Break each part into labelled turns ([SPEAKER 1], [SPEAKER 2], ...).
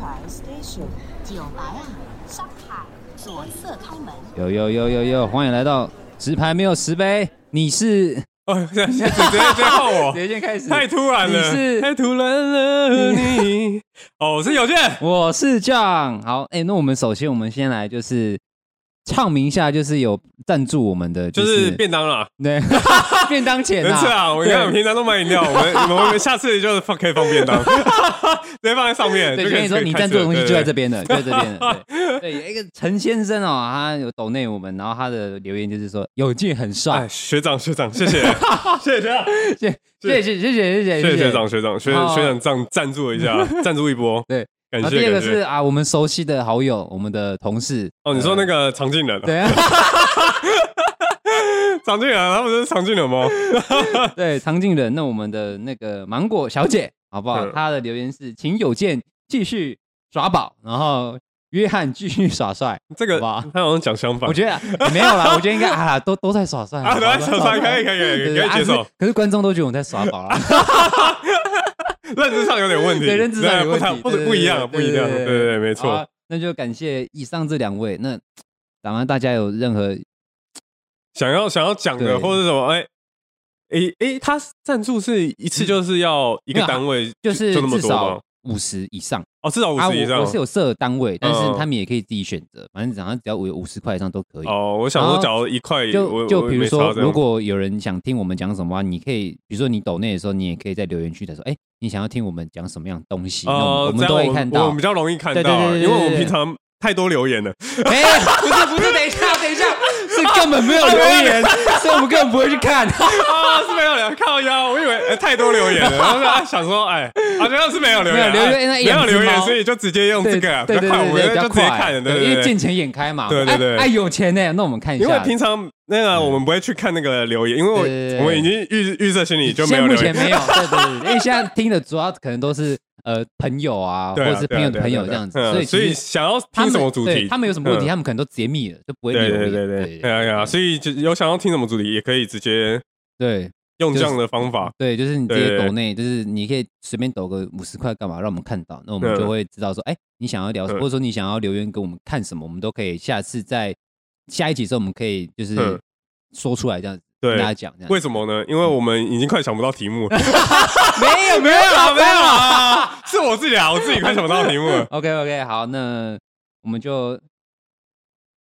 [SPEAKER 1] 海 Station 九白啊，上海左侧开门。
[SPEAKER 2] 有有有有有，欢迎来到直排没有石碑，你是
[SPEAKER 3] 哦，现在现在直接直接换我
[SPEAKER 2] 直，接先开始，
[SPEAKER 3] 哦太突然了，
[SPEAKER 2] 你是
[SPEAKER 3] 太突然了你。哦，我是有健，
[SPEAKER 2] 我是 John。好，哎、那我们首先我们先来就是唱名下，就是有赞助我们的，
[SPEAKER 3] 就是是便当啦，
[SPEAKER 2] 对 便当钱
[SPEAKER 3] 能吃
[SPEAKER 2] 啊，
[SPEAKER 3] 啊。我跟你
[SPEAKER 2] 对
[SPEAKER 3] 看，我们平常都买饮料， 我们我们下次就是放可以放便当，直接放在上面。
[SPEAKER 2] 对，
[SPEAKER 3] 就
[SPEAKER 2] 所
[SPEAKER 3] 可
[SPEAKER 2] 以
[SPEAKER 3] 以
[SPEAKER 2] 说你赞助的东西就在这。
[SPEAKER 3] 可以
[SPEAKER 2] 边的，就在
[SPEAKER 3] 开始了对对对
[SPEAKER 2] 这边的。对，对，有一个陈先生哦，他有抖内我们，然后他的留言就是说有劲很帅
[SPEAKER 3] 哎，，学长学长，谢谢 谢谢学长，
[SPEAKER 2] 谢谢谢谢谢谢
[SPEAKER 3] 谢谢学长学长学
[SPEAKER 2] 哦
[SPEAKER 3] 学长赞赞助一下，赞助一波。
[SPEAKER 2] 对，
[SPEAKER 3] 感
[SPEAKER 2] 然后
[SPEAKER 3] 谢
[SPEAKER 2] 第二个
[SPEAKER 3] 感
[SPEAKER 2] 是
[SPEAKER 3] 谢。
[SPEAKER 2] 啊，我们熟悉的好友，我们的同事。
[SPEAKER 3] 哦，你说那个常进人啊，
[SPEAKER 2] 对 啊，
[SPEAKER 3] 常进人，啊他不是常进人吗？
[SPEAKER 2] 对，常静人，那我们的那个芒果小姐，好不好？
[SPEAKER 3] 嗯
[SPEAKER 2] 她的留言是：请有健继续耍宝，然后约翰继续耍帅。
[SPEAKER 3] 这个
[SPEAKER 2] 好吧
[SPEAKER 3] 他好像讲相反
[SPEAKER 2] 我。觉得啊没有啦，我 觉得应该啊，都都在耍帅
[SPEAKER 3] 啊，
[SPEAKER 2] 好不好
[SPEAKER 3] 来，小帅，可以可以可
[SPEAKER 2] 对
[SPEAKER 3] 以
[SPEAKER 2] 对
[SPEAKER 3] 可
[SPEAKER 2] 对
[SPEAKER 3] 以
[SPEAKER 2] 啊
[SPEAKER 3] 接受
[SPEAKER 2] 可是，可是观众都觉得我们在耍 宝啦，啊
[SPEAKER 3] 认知上有点问题，啊
[SPEAKER 2] 对，认知上有问题，
[SPEAKER 3] 不
[SPEAKER 2] 对
[SPEAKER 3] 太不不一样，不一样，对对对，
[SPEAKER 2] 好
[SPEAKER 3] 没。错
[SPEAKER 2] 啊。那就感谢以上这两位。那当然，大家有任何
[SPEAKER 3] 想要想要讲
[SPEAKER 2] 对
[SPEAKER 3] 的或者什么，哎哎哎，他赞助是一次就是要一
[SPEAKER 2] 嗯没
[SPEAKER 3] 个
[SPEAKER 2] 有啊
[SPEAKER 3] 单位，
[SPEAKER 2] 就是
[SPEAKER 3] 就那么
[SPEAKER 2] 至
[SPEAKER 3] 多吗
[SPEAKER 2] 少？五十以上。
[SPEAKER 3] 哦，至少五
[SPEAKER 2] 啊，
[SPEAKER 3] 十以
[SPEAKER 2] 我
[SPEAKER 3] 上
[SPEAKER 2] 我。是有设单位，但是
[SPEAKER 3] 嗯
[SPEAKER 2] 他们也可以自己选择，反正只要只要我有五十块以上都可以。
[SPEAKER 3] 哦，我想
[SPEAKER 2] 然
[SPEAKER 3] 说，
[SPEAKER 2] 后
[SPEAKER 3] 假如一块，
[SPEAKER 2] 就
[SPEAKER 3] 我
[SPEAKER 2] 就
[SPEAKER 3] 我
[SPEAKER 2] 比如
[SPEAKER 3] 没差
[SPEAKER 2] 说，
[SPEAKER 3] 这样
[SPEAKER 2] 如果有人想听我们讲什么啊，你可以，比如说你抖内的时候，你也可以在留言区的说，哎，你想要听我们讲什么样的东西，那我们
[SPEAKER 3] 哦
[SPEAKER 2] 我，
[SPEAKER 3] 这
[SPEAKER 2] 们
[SPEAKER 3] 样
[SPEAKER 2] 都
[SPEAKER 3] 我
[SPEAKER 2] 会看
[SPEAKER 3] 我
[SPEAKER 2] 到
[SPEAKER 3] 们比。较容易看
[SPEAKER 2] 对对对
[SPEAKER 3] 到，啊
[SPEAKER 2] 对对
[SPEAKER 3] 因为我
[SPEAKER 2] 对
[SPEAKER 3] 们平常太多留言了。
[SPEAKER 2] 哎，不是不是，等一下等一下，是根本没有留言，所以我们根本不会去看。
[SPEAKER 3] 啊，是没有留言靠腰，我以为、呃太多留言 了，然后啊想说，哎，啊，原来是没有留言，
[SPEAKER 2] 没有留言那
[SPEAKER 3] 哎没
[SPEAKER 2] 养
[SPEAKER 3] 有
[SPEAKER 2] 只
[SPEAKER 3] 留言，
[SPEAKER 2] 猫
[SPEAKER 3] 所以就直接用这
[SPEAKER 2] 对
[SPEAKER 3] 个啊，
[SPEAKER 2] 对
[SPEAKER 3] 比
[SPEAKER 2] 对
[SPEAKER 3] 较快，我
[SPEAKER 2] 对，
[SPEAKER 3] 们
[SPEAKER 2] 比较
[SPEAKER 3] 就直接看
[SPEAKER 2] 快，
[SPEAKER 3] 了，对对
[SPEAKER 2] 因为
[SPEAKER 3] 对
[SPEAKER 2] 见钱眼开嘛。
[SPEAKER 3] 对对
[SPEAKER 2] 哎
[SPEAKER 3] 对
[SPEAKER 2] 哎，有钱呢，那我们看一下。
[SPEAKER 3] 因为平常那个我们不会去看那个留言，因为我
[SPEAKER 2] 对对对对
[SPEAKER 3] 我们已经预预设心理就
[SPEAKER 2] 现在
[SPEAKER 3] 没有
[SPEAKER 2] 目
[SPEAKER 3] 留
[SPEAKER 2] 前
[SPEAKER 3] 言，
[SPEAKER 2] 没有，对对对，因为现在听的主要可能都是呃朋友啊，或
[SPEAKER 3] 对啊嗯
[SPEAKER 2] 者是朋友的朋友这样子，所以
[SPEAKER 3] 所
[SPEAKER 2] 其
[SPEAKER 3] 以
[SPEAKER 2] 实
[SPEAKER 3] 想要
[SPEAKER 2] 他
[SPEAKER 3] 听
[SPEAKER 2] 们
[SPEAKER 3] 什么主
[SPEAKER 2] 对
[SPEAKER 3] 题，
[SPEAKER 2] 他们有什么问题，
[SPEAKER 3] 嗯
[SPEAKER 2] 他们可能都直接密了，就不会理
[SPEAKER 3] 对
[SPEAKER 2] 我
[SPEAKER 3] 对
[SPEAKER 2] 们。
[SPEAKER 3] 对对，对
[SPEAKER 2] 对
[SPEAKER 3] 啊对啊，所以就有想要听什么主题，也可以直接
[SPEAKER 2] 对
[SPEAKER 3] 用这
[SPEAKER 2] 就是
[SPEAKER 3] 样的方法，
[SPEAKER 2] 对，就是你直接
[SPEAKER 3] 对对对
[SPEAKER 2] 抖内，就是你可以随便抖个五十块干嘛，让我们看到，那我们
[SPEAKER 3] 嗯
[SPEAKER 2] 就会知道说，哎，你想要聊什么，
[SPEAKER 3] 嗯
[SPEAKER 2] 或者说你想要留言给我们看什么，我们都可以下次在下一集的时候，我们可以就是
[SPEAKER 3] 嗯
[SPEAKER 2] 说出来这样子
[SPEAKER 3] 对
[SPEAKER 2] 跟大家讲这样
[SPEAKER 3] 为。什么呢？因为我们已经快想不到题目了，
[SPEAKER 2] 没有没有
[SPEAKER 3] 啊没 有啊，是我自己啊，我自己快想不到题目了
[SPEAKER 2] OK OK，好，那我们就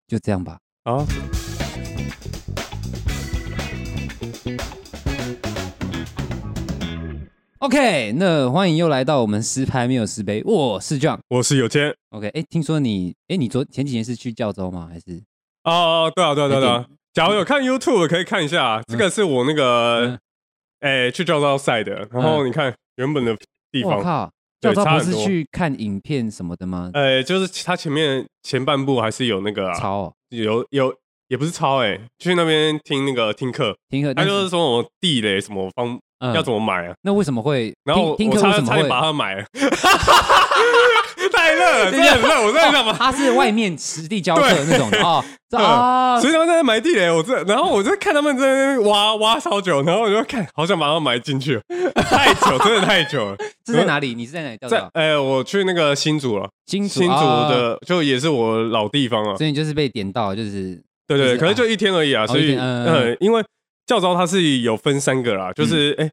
[SPEAKER 2] 就这样吧。
[SPEAKER 3] 啊。
[SPEAKER 2] OK，那欢迎又来到我们十排没有十杯，我是 John。
[SPEAKER 3] 我是有签
[SPEAKER 2] OK，哎、听说你，哎、你昨前几天是去教州吗？还是
[SPEAKER 3] 哦哦，对啊，对啊，对啊对
[SPEAKER 2] 有
[SPEAKER 3] 啊。假如有看 YouTube 可以看一下啊，这个是我那个
[SPEAKER 2] 嗯，
[SPEAKER 3] 哎，去教招赛的。然后你看原本的地
[SPEAKER 2] 我
[SPEAKER 3] 方，
[SPEAKER 2] 靠，教
[SPEAKER 3] 对
[SPEAKER 2] 州
[SPEAKER 3] 差
[SPEAKER 2] 不
[SPEAKER 3] 很
[SPEAKER 2] 是
[SPEAKER 3] 多
[SPEAKER 2] 去看影片什么的吗？
[SPEAKER 3] 呃，就是它前面前半部还是有那个啊，
[SPEAKER 2] 超、哦，
[SPEAKER 3] 有有也不是抄哎，去那边听那个听课，
[SPEAKER 2] 听课，
[SPEAKER 3] 他
[SPEAKER 2] 但
[SPEAKER 3] 就是说我地雷什么方
[SPEAKER 2] 嗯
[SPEAKER 3] 要怎么买啊，
[SPEAKER 2] 那为什么会？
[SPEAKER 3] 然后我
[SPEAKER 2] 听
[SPEAKER 3] 我
[SPEAKER 2] 听课为
[SPEAKER 3] 差
[SPEAKER 2] 什么
[SPEAKER 3] 差点把
[SPEAKER 2] 会？
[SPEAKER 3] 它买了，太 热了，真的很热，我真的很想把它
[SPEAKER 2] 他是外面实地教课
[SPEAKER 3] 对
[SPEAKER 2] 那种的 哦，这
[SPEAKER 3] 嗯
[SPEAKER 2] 哦，
[SPEAKER 3] 所以他们在埋地雷，我这，然后我就看他们在那边挖挖超久，然后我就看，好想把它埋 进去，太久，真的太久了。
[SPEAKER 2] 是在哪里？你是在哪里教
[SPEAKER 3] 嗯在
[SPEAKER 2] 州？
[SPEAKER 3] 哎、我去那个新竹了，
[SPEAKER 2] 嗯新竹，
[SPEAKER 3] 新竹
[SPEAKER 2] 哦
[SPEAKER 3] 的、就也是我老地方啊，
[SPEAKER 2] 所以你就是被点到，就是
[SPEAKER 3] 对对
[SPEAKER 2] 就是
[SPEAKER 3] 对，可
[SPEAKER 2] 啊
[SPEAKER 3] 是就一天而已啊，
[SPEAKER 2] 哦
[SPEAKER 3] 所
[SPEAKER 2] 一
[SPEAKER 3] 以
[SPEAKER 2] 天嗯
[SPEAKER 3] 呃，因为教招它是有分三个啦，就是
[SPEAKER 2] 嗯
[SPEAKER 3] 哎，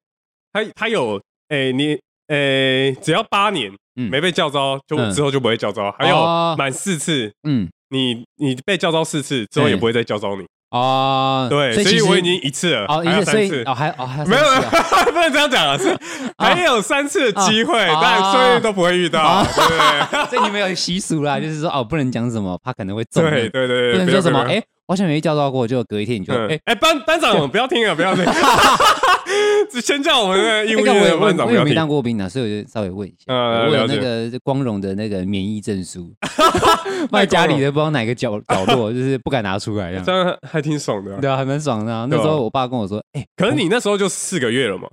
[SPEAKER 3] 它它有哎你哎只要八年
[SPEAKER 2] 嗯
[SPEAKER 3] 没被教招，就
[SPEAKER 2] 嗯
[SPEAKER 3] 之后就不会教招，还
[SPEAKER 2] 哦
[SPEAKER 3] 有满四次。
[SPEAKER 2] 嗯
[SPEAKER 3] 你你被教招四次之后也
[SPEAKER 2] 嗯
[SPEAKER 3] 不会再教招你，
[SPEAKER 2] 哦，
[SPEAKER 3] 对，所
[SPEAKER 2] 所其
[SPEAKER 3] 以
[SPEAKER 2] 实
[SPEAKER 3] 我已经一次了，
[SPEAKER 2] 哦，
[SPEAKER 3] 还有
[SPEAKER 2] 一次，所
[SPEAKER 3] 三
[SPEAKER 2] 以
[SPEAKER 3] 次
[SPEAKER 2] 哦，还哦还有
[SPEAKER 3] 没有，
[SPEAKER 2] 三次啊
[SPEAKER 3] 不能这样讲啊，是还有三次的机会，
[SPEAKER 2] 啊
[SPEAKER 3] 但所以都不会遇到，对不对？
[SPEAKER 2] 所以你们有习俗啦，就是说哦，不能讲什么，怕可能会中。
[SPEAKER 3] 对，对对对，
[SPEAKER 2] 不能说什么
[SPEAKER 3] 要
[SPEAKER 2] 哎，我好像没教到过，就隔一天你就
[SPEAKER 3] 嗯
[SPEAKER 2] 哎，
[SPEAKER 3] 哎，班班长不要听啊，不要 听，只先叫我们的 义
[SPEAKER 2] 那个
[SPEAKER 3] 务役
[SPEAKER 2] 哎我
[SPEAKER 3] 的
[SPEAKER 2] 有
[SPEAKER 3] 班
[SPEAKER 2] 问，
[SPEAKER 3] 长
[SPEAKER 2] 我
[SPEAKER 3] 不
[SPEAKER 2] 有
[SPEAKER 3] 要
[SPEAKER 2] 没
[SPEAKER 3] 听。
[SPEAKER 2] 当过兵啊，所以我就稍微问一下，
[SPEAKER 3] 嗯
[SPEAKER 2] 我有
[SPEAKER 3] 了
[SPEAKER 2] 那
[SPEAKER 3] 解
[SPEAKER 2] 个光荣的那个免疫证 书，放在家里的不知道哪个角角落，就是不敢拿出来这
[SPEAKER 3] 这
[SPEAKER 2] 样。
[SPEAKER 3] 样还挺爽的啊、
[SPEAKER 2] 对啊，还蛮爽的啊。那
[SPEAKER 3] 对啊
[SPEAKER 2] 时候我爸跟我说，哎，
[SPEAKER 3] 可是你那时候就四个月了嘛？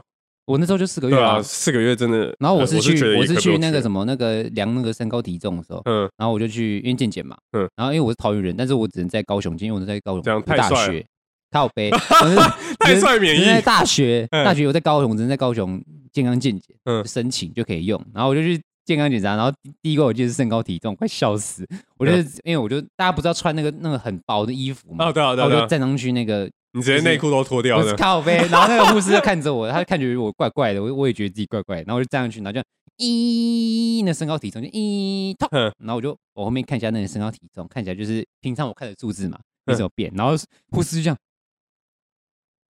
[SPEAKER 2] 我那时候就四个月
[SPEAKER 3] 对
[SPEAKER 2] 啊
[SPEAKER 3] 啊，。四个月真的。
[SPEAKER 2] 然后我
[SPEAKER 3] 呃
[SPEAKER 2] 是
[SPEAKER 3] 觉
[SPEAKER 2] 去
[SPEAKER 3] 得
[SPEAKER 2] 我
[SPEAKER 3] 也
[SPEAKER 2] 是
[SPEAKER 3] 可以
[SPEAKER 2] 去
[SPEAKER 3] 不用
[SPEAKER 2] 那个
[SPEAKER 3] 了
[SPEAKER 2] 什么那个量那个身高体重的时候，
[SPEAKER 3] 嗯，
[SPEAKER 2] 然后我就去因为健检嘛，嗯
[SPEAKER 3] 嗯，
[SPEAKER 2] 然后因为我是桃园人，但是我只能在高雄健，因为我在高雄
[SPEAKER 3] 这样
[SPEAKER 2] 读
[SPEAKER 3] 太
[SPEAKER 2] 大
[SPEAKER 3] 帅了
[SPEAKER 2] 学，靠 背，我是
[SPEAKER 3] 太帅免
[SPEAKER 2] 只能在
[SPEAKER 3] 疫
[SPEAKER 2] 大学，
[SPEAKER 3] 嗯
[SPEAKER 2] 大学我在高雄，只能在高雄健康健检，
[SPEAKER 3] 嗯
[SPEAKER 2] 就申请就可以用，然后我就去健康检查，然后第一个我记得是身高体重，快笑死！我就是因为我就大家不知道穿那个那个很薄的衣服嘛，
[SPEAKER 3] 嗯哦对啊对
[SPEAKER 2] 嗯然后
[SPEAKER 3] 啊
[SPEAKER 2] 我
[SPEAKER 3] 对
[SPEAKER 2] 就
[SPEAKER 3] 啊
[SPEAKER 2] 站上去那个
[SPEAKER 3] 你直接内裤都脱掉
[SPEAKER 2] 我是
[SPEAKER 3] 了，
[SPEAKER 2] 靠背，然后那个护士就看着我，他看觉得我怪怪的，我我也觉得自己怪怪的，然后我就站上去，然后就咦，那身高体重就咦，痛
[SPEAKER 3] 嗯
[SPEAKER 2] 然后我就我后面看一下那个身高体重，看起来就是平常我看的数字嘛，没
[SPEAKER 3] 嗯
[SPEAKER 2] 什么变，然后护士就这样，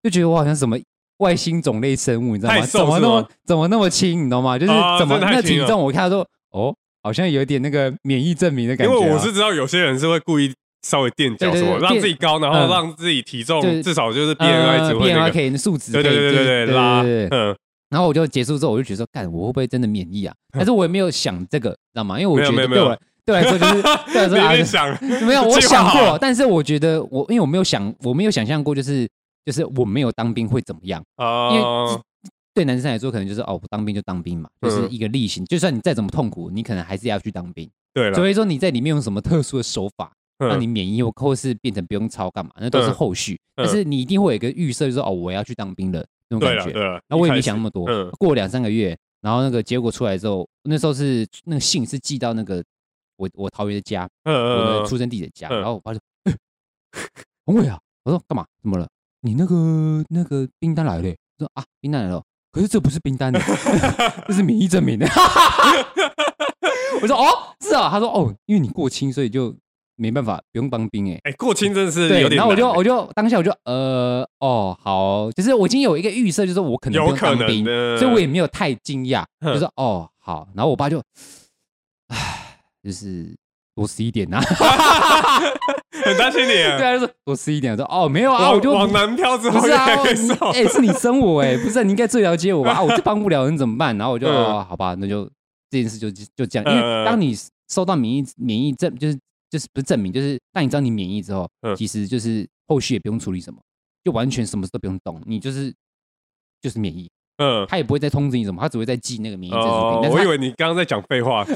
[SPEAKER 2] 就觉得我好像什么。外星种类生物，你知道吗？
[SPEAKER 3] 太瘦
[SPEAKER 2] 怎么那
[SPEAKER 3] 是
[SPEAKER 2] 么
[SPEAKER 3] 吗
[SPEAKER 2] 怎么那么轻，你知道吗？就是
[SPEAKER 3] 啊
[SPEAKER 2] 怎么
[SPEAKER 3] 真的太
[SPEAKER 2] 那
[SPEAKER 3] 轻
[SPEAKER 2] 体
[SPEAKER 3] 了
[SPEAKER 2] 重，我看他说哦，好像有点那个免疫证明的感
[SPEAKER 3] 因
[SPEAKER 2] 觉啊。
[SPEAKER 3] 为我是知道有些人是会故意稍微垫脚
[SPEAKER 2] 对对
[SPEAKER 3] 什么，
[SPEAKER 2] 对
[SPEAKER 3] 让
[SPEAKER 2] 垫
[SPEAKER 3] 自己高，然后
[SPEAKER 2] 嗯
[SPEAKER 3] 让自己体重
[SPEAKER 2] 对
[SPEAKER 3] 至少就是 BMI
[SPEAKER 2] 呃
[SPEAKER 3] 值会那
[SPEAKER 2] BMI
[SPEAKER 3] 个，
[SPEAKER 2] 可以数值可
[SPEAKER 3] 对
[SPEAKER 2] 以
[SPEAKER 3] 对对
[SPEAKER 2] 就是
[SPEAKER 3] 对对拉，嗯，
[SPEAKER 2] 然后我就结束之后，我就觉得说，干，我会不会真的免疫啊？但是我也没有想这个，知道吗？因为我觉
[SPEAKER 3] 没
[SPEAKER 2] 得
[SPEAKER 3] 有没有
[SPEAKER 2] 对我来对我来说就是 对我
[SPEAKER 3] 你
[SPEAKER 2] 来
[SPEAKER 3] 别
[SPEAKER 2] 说
[SPEAKER 3] 想，
[SPEAKER 2] 啊，没有我
[SPEAKER 3] 计划
[SPEAKER 2] 想
[SPEAKER 3] 好
[SPEAKER 2] 过，
[SPEAKER 3] 了
[SPEAKER 2] 但是我觉得我因为我没有想，我没有想象过，就是就是我没有当兵会怎么样。因为
[SPEAKER 3] 哦，
[SPEAKER 2] 对男生来说，可能就是哦，我当兵就当兵嘛，就是
[SPEAKER 3] 嗯
[SPEAKER 2] 一个例行。就算你再怎么痛苦，你可能还是要去当兵。
[SPEAKER 3] 对
[SPEAKER 2] 除
[SPEAKER 3] 了，
[SPEAKER 2] 非说你在里面用什么特殊的手法，让你
[SPEAKER 3] 嗯，
[SPEAKER 2] 免疫或或是变成不用操干嘛，那都是
[SPEAKER 3] 嗯
[SPEAKER 2] 后续。
[SPEAKER 3] 嗯
[SPEAKER 2] 但是你一定会有一个预设，就是哦，我要去当兵了那种
[SPEAKER 3] 对
[SPEAKER 2] 感
[SPEAKER 3] 了
[SPEAKER 2] 觉。
[SPEAKER 3] 对了，
[SPEAKER 2] 然后我也没
[SPEAKER 3] 一开始
[SPEAKER 2] 想那么多，
[SPEAKER 3] 嗯
[SPEAKER 2] 过两三个月，然后那个结果出来之后，那时候是那个信是寄到那个我我桃园的家，
[SPEAKER 3] 嗯
[SPEAKER 2] 我
[SPEAKER 3] 嗯
[SPEAKER 2] 的
[SPEAKER 3] 嗯
[SPEAKER 2] 出生地的家，
[SPEAKER 3] 嗯
[SPEAKER 2] 然后我爸就， 欸宏伟啊，我说干嘛？怎么了？你那个那个冰单来了欸、我说啊，冰单来了，可是这不是冰单的， 这是免疫证明的。 我说哦，是啊，他说哦，因为你过轻，所以就没办法，不用当兵哎、
[SPEAKER 3] 哎，过轻真的是
[SPEAKER 2] 对
[SPEAKER 3] 有，点难欸，
[SPEAKER 2] 然后我就我就当下我就呃哦好，就是我已经有一个预设，就是我可能不
[SPEAKER 3] 有
[SPEAKER 2] 用
[SPEAKER 3] 可
[SPEAKER 2] 当
[SPEAKER 3] 能
[SPEAKER 2] 兵，
[SPEAKER 3] 的，
[SPEAKER 2] 所以我也没有太惊讶，
[SPEAKER 3] 嗯
[SPEAKER 2] 就是哦好，然后我爸就，唉，就是多吃一点呐、
[SPEAKER 3] 嗯很担心 你
[SPEAKER 2] 对
[SPEAKER 3] 欸，
[SPEAKER 2] 啊，就是多吃一点，我说哦没有啊，
[SPEAKER 3] 往
[SPEAKER 2] 我就
[SPEAKER 3] 往南漂之
[SPEAKER 2] 不
[SPEAKER 3] 后
[SPEAKER 2] 是
[SPEAKER 3] 越
[SPEAKER 2] 啊，
[SPEAKER 3] 来
[SPEAKER 2] 我
[SPEAKER 3] 越
[SPEAKER 2] 你
[SPEAKER 3] 瘦，
[SPEAKER 2] 哎、是你生我哎、不是你应该最了解我吧？啊，我这帮不了人怎么办？然后我就、
[SPEAKER 3] 嗯
[SPEAKER 2] 哦好吧，那就这件事就就这样，因
[SPEAKER 3] 嗯嗯嗯
[SPEAKER 2] 为当你收到免疫免疫证，就是就是不是证明，就是当你知道你免疫之后，
[SPEAKER 3] 嗯
[SPEAKER 2] 其实就是后续也不用处理什么，就完全什么事都不用动，你就是就是免疫。
[SPEAKER 3] 嗯。
[SPEAKER 2] 他也不会再通知你什么，他只会再寄那个免疫证书给
[SPEAKER 3] 哦
[SPEAKER 2] 你。但，是
[SPEAKER 3] 我
[SPEAKER 2] 他
[SPEAKER 3] 以为你刚刚在讲废话，废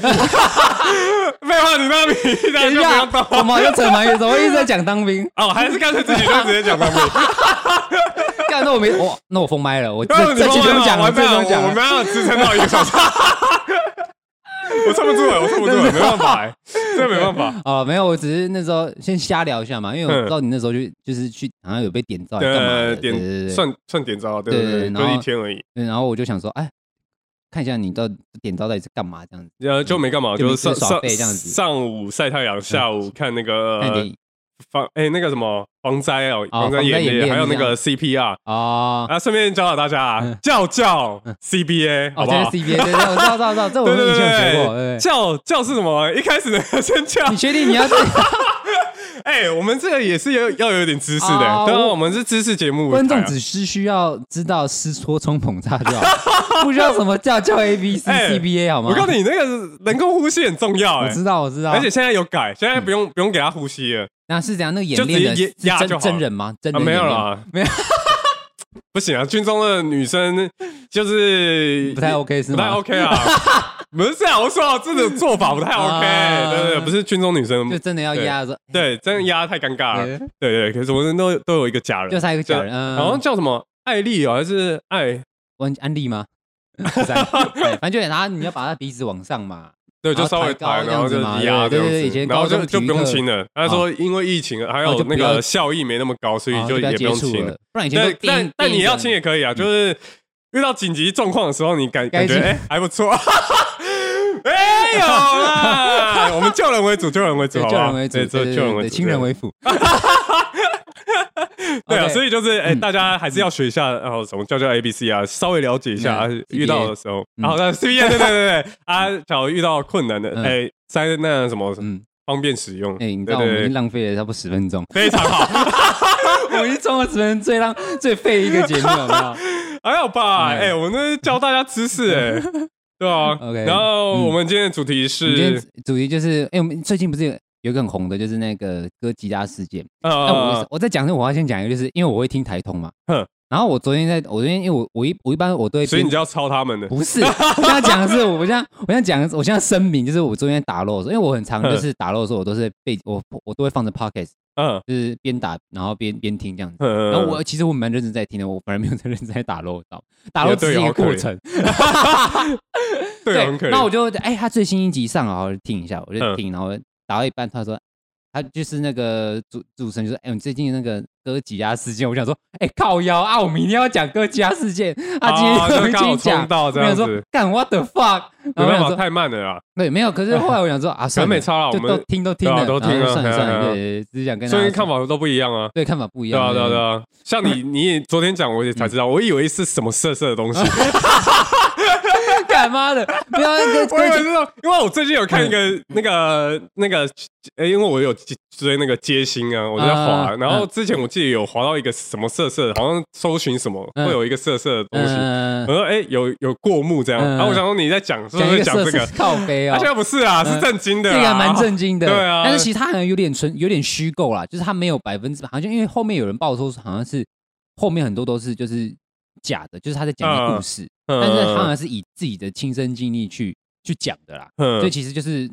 [SPEAKER 3] 话，你那比大家
[SPEAKER 2] 等一
[SPEAKER 3] 就不要
[SPEAKER 2] 下，我
[SPEAKER 3] 动
[SPEAKER 2] 们好像扯蛮远，怎么一直在讲当 兵？
[SPEAKER 3] 哦，还是干脆自己就直接讲当兵，
[SPEAKER 2] 干，那我没，我那我封麦了，我这
[SPEAKER 3] 对，啊你
[SPEAKER 2] 这期
[SPEAKER 3] 帮
[SPEAKER 2] 不
[SPEAKER 3] 我
[SPEAKER 2] 用讲了，这期
[SPEAKER 3] 完
[SPEAKER 2] 不
[SPEAKER 3] 蛋
[SPEAKER 2] 用讲啊
[SPEAKER 3] 我我
[SPEAKER 2] 了
[SPEAKER 3] 没。办法支撑到一个小时， 我撑不住了，我撑不住了，没办法、欸，这没办法。
[SPEAKER 2] 哦，没有，我只是那时候先瞎聊一下嘛，因为我知道你那时候就就是去好像有被点到还是干嘛的， 对对对
[SPEAKER 3] 嗯呃点
[SPEAKER 2] 对
[SPEAKER 3] 算算点招，啊对
[SPEAKER 2] 对
[SPEAKER 3] 对对，
[SPEAKER 2] 对
[SPEAKER 3] 就
[SPEAKER 2] 然
[SPEAKER 3] 一
[SPEAKER 2] 后
[SPEAKER 3] 天而已，
[SPEAKER 2] 对，然后我就想说，哎，看一下你到底点到到底是干嘛这样子，
[SPEAKER 3] 呃，就没干嘛，
[SPEAKER 2] 就没
[SPEAKER 3] 就是上
[SPEAKER 2] 就是耍
[SPEAKER 3] 上
[SPEAKER 2] 废这样子嗯
[SPEAKER 3] 上午晒太阳，下午看那个呃
[SPEAKER 2] 看电影
[SPEAKER 3] 防哎、那个什么防灾哦，
[SPEAKER 2] 哦
[SPEAKER 3] 防灾
[SPEAKER 2] 防灾
[SPEAKER 3] 演
[SPEAKER 2] 演
[SPEAKER 3] 练，
[SPEAKER 2] 练
[SPEAKER 3] 还有那
[SPEAKER 2] 这
[SPEAKER 3] 个
[SPEAKER 2] 样
[SPEAKER 3] CPR
[SPEAKER 2] 哦，
[SPEAKER 3] 啊，顺便教导大家啊
[SPEAKER 2] 嗯，
[SPEAKER 3] 叫叫 CBA 好
[SPEAKER 2] 哦，
[SPEAKER 3] 不
[SPEAKER 2] 这
[SPEAKER 3] 好
[SPEAKER 2] 是？CBA，对对，我知 道知道知道，这我
[SPEAKER 3] 对
[SPEAKER 2] 们
[SPEAKER 3] 对
[SPEAKER 2] 以前有学过，
[SPEAKER 3] 对
[SPEAKER 2] 对
[SPEAKER 3] 对，。叫叫是什么？一开始的 先叫
[SPEAKER 2] 你，确定你要 这
[SPEAKER 3] 啊 哎，我们这个也是有要有点知识的
[SPEAKER 2] 哦，
[SPEAKER 3] 对啊，
[SPEAKER 2] 我
[SPEAKER 3] 我们是知识节目舞台啊，
[SPEAKER 2] 观众只是需要知道湿搓冲捧炸 就好，不需要什么叫叫 A B C
[SPEAKER 3] 哎
[SPEAKER 2] C B A 好吗？
[SPEAKER 3] 我告诉你，那个人工呼吸很重要
[SPEAKER 2] 我
[SPEAKER 3] 哎、
[SPEAKER 2] 知道嗯我知道，
[SPEAKER 3] 而且现在有改，现在不用、不用给他呼吸了
[SPEAKER 2] 那是怎样？那个
[SPEAKER 3] 就
[SPEAKER 2] 演
[SPEAKER 3] 直
[SPEAKER 2] 练的
[SPEAKER 3] 接
[SPEAKER 2] 是
[SPEAKER 3] 压压就
[SPEAKER 2] 真
[SPEAKER 3] 好
[SPEAKER 2] 真人吗？真
[SPEAKER 3] 啊，
[SPEAKER 2] 人
[SPEAKER 3] 没有
[SPEAKER 2] 演练
[SPEAKER 3] 啦，
[SPEAKER 2] 没有，
[SPEAKER 3] 不行啊，军中的女生就是
[SPEAKER 2] 不太 OK 是
[SPEAKER 3] 不太
[SPEAKER 2] 吗？
[SPEAKER 3] OK 啊， 不是啊，我说啊这种做法不太 OK，、
[SPEAKER 2] 啊
[SPEAKER 3] 对对对，不是军中女生
[SPEAKER 2] 就，真的要压着，
[SPEAKER 3] 对，真的压太尴尬了，
[SPEAKER 2] 对
[SPEAKER 3] 对对，可是我们都都有一个假人，
[SPEAKER 2] 就差一个假人，
[SPEAKER 3] 好像
[SPEAKER 2] 嗯，
[SPEAKER 3] 叫什么艾丽哦，还是艾，
[SPEAKER 2] 安安利吗？ 不 是安利对反正就拿你要把他鼻子往上嘛，
[SPEAKER 3] 对，就
[SPEAKER 2] 然后
[SPEAKER 3] 稍微
[SPEAKER 2] 抬高
[SPEAKER 3] 抬，
[SPEAKER 2] 这
[SPEAKER 3] 然后
[SPEAKER 2] 样子
[SPEAKER 3] 就
[SPEAKER 2] 嘛
[SPEAKER 3] 压这
[SPEAKER 2] 对对
[SPEAKER 3] 样
[SPEAKER 2] 对以
[SPEAKER 3] 子，
[SPEAKER 2] 前
[SPEAKER 3] 然后
[SPEAKER 2] 高中
[SPEAKER 3] 就就
[SPEAKER 2] 体
[SPEAKER 3] 不
[SPEAKER 2] 育
[SPEAKER 3] 用
[SPEAKER 2] 课啊
[SPEAKER 3] 亲了。他说因为疫情，还
[SPEAKER 2] 哦
[SPEAKER 3] 有
[SPEAKER 2] 就
[SPEAKER 3] 那
[SPEAKER 2] 不
[SPEAKER 3] 个
[SPEAKER 2] 要
[SPEAKER 3] 效益没那么高，所以
[SPEAKER 2] 啊
[SPEAKER 3] 就
[SPEAKER 2] 不要
[SPEAKER 3] 也不
[SPEAKER 2] 接
[SPEAKER 3] 用
[SPEAKER 2] 触
[SPEAKER 3] 亲了
[SPEAKER 2] 了。，不然以前
[SPEAKER 3] 对
[SPEAKER 2] 都，
[SPEAKER 3] 但
[SPEAKER 2] 叮
[SPEAKER 3] 但你要亲，也
[SPEAKER 2] 叮
[SPEAKER 3] 可以啊，就是遇到紧急状况的时候，你感
[SPEAKER 2] 嗯该
[SPEAKER 3] 感觉
[SPEAKER 2] 亲
[SPEAKER 3] 哎还不错。 没有啦，我们救人为主，救人为主，
[SPEAKER 2] 对
[SPEAKER 3] 好不
[SPEAKER 2] 救
[SPEAKER 3] 好
[SPEAKER 2] 人为主，
[SPEAKER 3] 对
[SPEAKER 2] 对
[SPEAKER 3] 救
[SPEAKER 2] 对
[SPEAKER 3] 救人为
[SPEAKER 2] 对
[SPEAKER 3] 主，
[SPEAKER 2] 亲人为 辅。
[SPEAKER 3] 对啊，
[SPEAKER 2] OK，
[SPEAKER 3] 所以就是哎，
[SPEAKER 2] 嗯
[SPEAKER 3] 大家还是要学一下，然后什么叫叫 A B C 啊，稍微了解一下啊
[SPEAKER 2] 嗯，
[SPEAKER 3] 遇到的时候，然后那 C B A 对对对对啊，假如遇到困难的，
[SPEAKER 2] 嗯
[SPEAKER 3] 哎，塞那什么
[SPEAKER 2] 嗯，
[SPEAKER 3] 方便使用，
[SPEAKER 2] 哎，你知
[SPEAKER 3] 对
[SPEAKER 2] 道我们已
[SPEAKER 3] 对
[SPEAKER 2] 经
[SPEAKER 3] 对，
[SPEAKER 2] 浪费了差不多十分钟，
[SPEAKER 3] 非常好，
[SPEAKER 2] 我们已经中了十分钟最浪最废一个节目了，好不 好？
[SPEAKER 3] 还好吧，
[SPEAKER 2] 嗯
[SPEAKER 3] 哎，我们这是教大家知 识哎，对啊
[SPEAKER 2] OK，
[SPEAKER 3] 然后
[SPEAKER 2] 嗯
[SPEAKER 3] 我们今天的主题
[SPEAKER 2] 我们今
[SPEAKER 3] 是
[SPEAKER 2] 天主题就是，哎、我们最近不是有有一个很红的，就是那个哥吉拉事件。那、
[SPEAKER 3] 呃
[SPEAKER 2] 哎我我在讲这，我要先讲一个，就是因为我会听台通嘛
[SPEAKER 3] 哼。
[SPEAKER 2] 然后我昨天在，我昨天因为我我一我一般我都会
[SPEAKER 3] 所以你
[SPEAKER 2] 边
[SPEAKER 3] 就要抄他们的。
[SPEAKER 2] 不是，我现在讲的是，我现在我现在讲的是，我现在声明就是我昨天打漏的时候，因为我很常
[SPEAKER 3] 哼
[SPEAKER 2] 就是打漏的时候，我都是被我我都会放着 podcast，
[SPEAKER 3] 嗯
[SPEAKER 2] 就是边打然后边边听这样子。
[SPEAKER 3] 嗯，
[SPEAKER 2] 然后我其实我蛮认真
[SPEAKER 3] 哦
[SPEAKER 2] 在听的，我反而没有在认真在打漏，你知道吗打漏只是一个
[SPEAKER 3] 也对好可
[SPEAKER 2] 过
[SPEAKER 3] 怜
[SPEAKER 2] 程，
[SPEAKER 3] 对，很可
[SPEAKER 2] 那我
[SPEAKER 3] 怜。
[SPEAKER 2] 就哎、他最新一集上了，我就听一下，我就
[SPEAKER 3] 嗯
[SPEAKER 2] 听，然后打到一半，他说他就是那个主主持人就说，哎、你最近那个哥吉拉事件，我想说，哎、靠腰啊，我明天要讲哥吉拉事件，他今
[SPEAKER 3] 哦就
[SPEAKER 2] 天
[SPEAKER 3] 刚好
[SPEAKER 2] 已经讲，
[SPEAKER 3] 冲到这
[SPEAKER 2] 我
[SPEAKER 3] 样
[SPEAKER 2] 想
[SPEAKER 3] 子
[SPEAKER 2] 说干 what the fuck，然 后
[SPEAKER 3] 没
[SPEAKER 2] 我
[SPEAKER 3] 办
[SPEAKER 2] 想
[SPEAKER 3] 法，
[SPEAKER 2] 说
[SPEAKER 3] 太慢了啦。
[SPEAKER 2] 对，没有，可是后来我 想说啊，算
[SPEAKER 3] 审
[SPEAKER 2] 了，
[SPEAKER 3] 美差了，我
[SPEAKER 2] 就都
[SPEAKER 3] 们
[SPEAKER 2] 听都听
[SPEAKER 3] 对
[SPEAKER 2] 了，
[SPEAKER 3] 啊都听
[SPEAKER 2] 然后
[SPEAKER 3] 了
[SPEAKER 2] 就算了
[SPEAKER 3] 嘿
[SPEAKER 2] 算了，
[SPEAKER 3] 嘿嘿
[SPEAKER 2] 对 对，对只是想跟大
[SPEAKER 3] 所
[SPEAKER 2] 家
[SPEAKER 3] 以看法都不一样啊。
[SPEAKER 2] 对看法不一
[SPEAKER 3] 对
[SPEAKER 2] 样，嗯
[SPEAKER 3] 啊，对啊，对啊，像你，你昨天讲我也才知道，我以为是什么色色 的东西，
[SPEAKER 2] 对， 干妈的，不要跟
[SPEAKER 3] 我以为
[SPEAKER 2] 跟
[SPEAKER 3] 是那种，因为我最近有看一
[SPEAKER 2] 嗯
[SPEAKER 3] 个那个那个，哎，因为我有追那个街星啊，我在滑，
[SPEAKER 2] 啊
[SPEAKER 3] 然后之前我记得有滑到一个什么色色的，好像搜寻什么
[SPEAKER 2] 嗯
[SPEAKER 3] 会有一个色色的东西，
[SPEAKER 2] 嗯
[SPEAKER 3] 我说哎，有有过目这样，
[SPEAKER 2] 嗯
[SPEAKER 3] 然 后我想说你在讲是不
[SPEAKER 2] 讲一
[SPEAKER 3] 是
[SPEAKER 2] 个
[SPEAKER 3] 讲
[SPEAKER 2] 色
[SPEAKER 3] 这个
[SPEAKER 2] 色？靠背
[SPEAKER 3] 啊，
[SPEAKER 2] 哦
[SPEAKER 3] 现。在不是啊，
[SPEAKER 2] 嗯
[SPEAKER 3] 是震惊的
[SPEAKER 2] 这
[SPEAKER 3] 啊，
[SPEAKER 2] 个还蛮震惊的，
[SPEAKER 3] 对啊
[SPEAKER 2] 但是其实他好像有点纯，有点虚构啦，就是他没有百分之百，好像因为后面有人爆出好像是后面很多都是就是假的，就是他在讲一个故事，
[SPEAKER 3] 嗯，
[SPEAKER 2] 但是他好
[SPEAKER 3] 嗯
[SPEAKER 2] 像是以自己的亲身经历去去讲的啦，
[SPEAKER 3] 嗯
[SPEAKER 2] 所以其实就是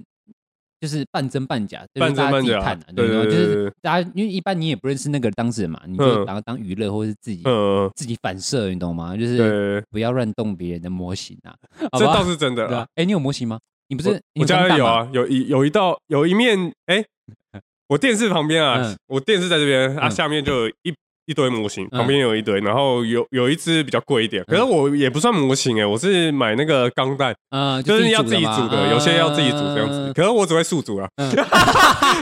[SPEAKER 2] 就是半真半假，
[SPEAKER 3] 半真半
[SPEAKER 2] 就
[SPEAKER 3] 假
[SPEAKER 2] 是大家自己看啊，
[SPEAKER 3] 对
[SPEAKER 2] 对
[SPEAKER 3] 对
[SPEAKER 2] 就
[SPEAKER 3] 对对
[SPEAKER 2] 是大家因为一般你也不认识那个当事人嘛，你就
[SPEAKER 3] 嗯
[SPEAKER 2] 把它当娱乐或者是自己、
[SPEAKER 3] 嗯，
[SPEAKER 2] 自己反射，你懂吗？就是
[SPEAKER 3] 对，
[SPEAKER 2] 不要乱动别人的模型啊，好
[SPEAKER 3] 这
[SPEAKER 2] 吧
[SPEAKER 3] 倒是真的
[SPEAKER 2] 对啊
[SPEAKER 3] 啦。。
[SPEAKER 2] 哎、你有模型吗？你不
[SPEAKER 3] 我
[SPEAKER 2] 是你
[SPEAKER 3] 我家
[SPEAKER 2] 钢
[SPEAKER 3] 里
[SPEAKER 2] 弹
[SPEAKER 3] 有
[SPEAKER 2] 吗
[SPEAKER 3] 啊，有一有一道有一面，哎，我电视旁边啊
[SPEAKER 2] 嗯，
[SPEAKER 3] 我电视在这边啊，
[SPEAKER 2] 嗯
[SPEAKER 3] 下面就有一一堆模型，
[SPEAKER 2] 嗯
[SPEAKER 3] 旁边有一堆，然后有有一只比较贵一点，可是我也不算模型哎，我是买那个钢弹，
[SPEAKER 2] 啊，
[SPEAKER 3] 就是要自己组的，有些要自己组这
[SPEAKER 2] 呃
[SPEAKER 3] 样
[SPEAKER 2] 嗯
[SPEAKER 3] 子，可是我只会数组啊，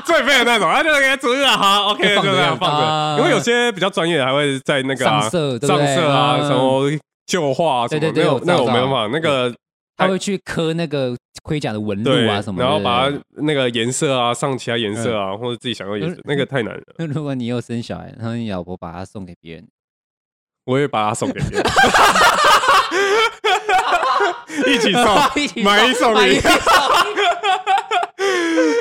[SPEAKER 3] 最废的那种，啊，就给它组一下，好，OK，
[SPEAKER 2] 就
[SPEAKER 3] 就
[SPEAKER 2] 放着
[SPEAKER 3] 这
[SPEAKER 2] 这
[SPEAKER 3] 样
[SPEAKER 2] 样
[SPEAKER 3] 放
[SPEAKER 2] 啊
[SPEAKER 3] 着，因为有些比较专业的还会在那个啊
[SPEAKER 2] 呃上色，对不
[SPEAKER 3] 上
[SPEAKER 2] 对
[SPEAKER 3] 色啊，什，
[SPEAKER 2] 嗯
[SPEAKER 3] 么旧画啊什
[SPEAKER 2] 对对
[SPEAKER 3] 么，没
[SPEAKER 2] 对
[SPEAKER 3] 有
[SPEAKER 2] 我，知道
[SPEAKER 3] 那我没
[SPEAKER 2] 知道
[SPEAKER 3] 办法，那个
[SPEAKER 2] 他会去刻那个盔甲的纹路
[SPEAKER 3] 对
[SPEAKER 2] 啊什么的，
[SPEAKER 3] 然后把
[SPEAKER 2] 对嗯
[SPEAKER 3] 它那个颜色啊，上其他颜色啊，或者自己想要颜色，那个太难了，
[SPEAKER 2] 那 如果你有生小孩，然后你老婆把它送给别人，
[SPEAKER 3] 我也把它送给别 人，一起送
[SPEAKER 2] 一起，
[SPEAKER 3] 买一送
[SPEAKER 2] 买
[SPEAKER 3] 一
[SPEAKER 2] 一，送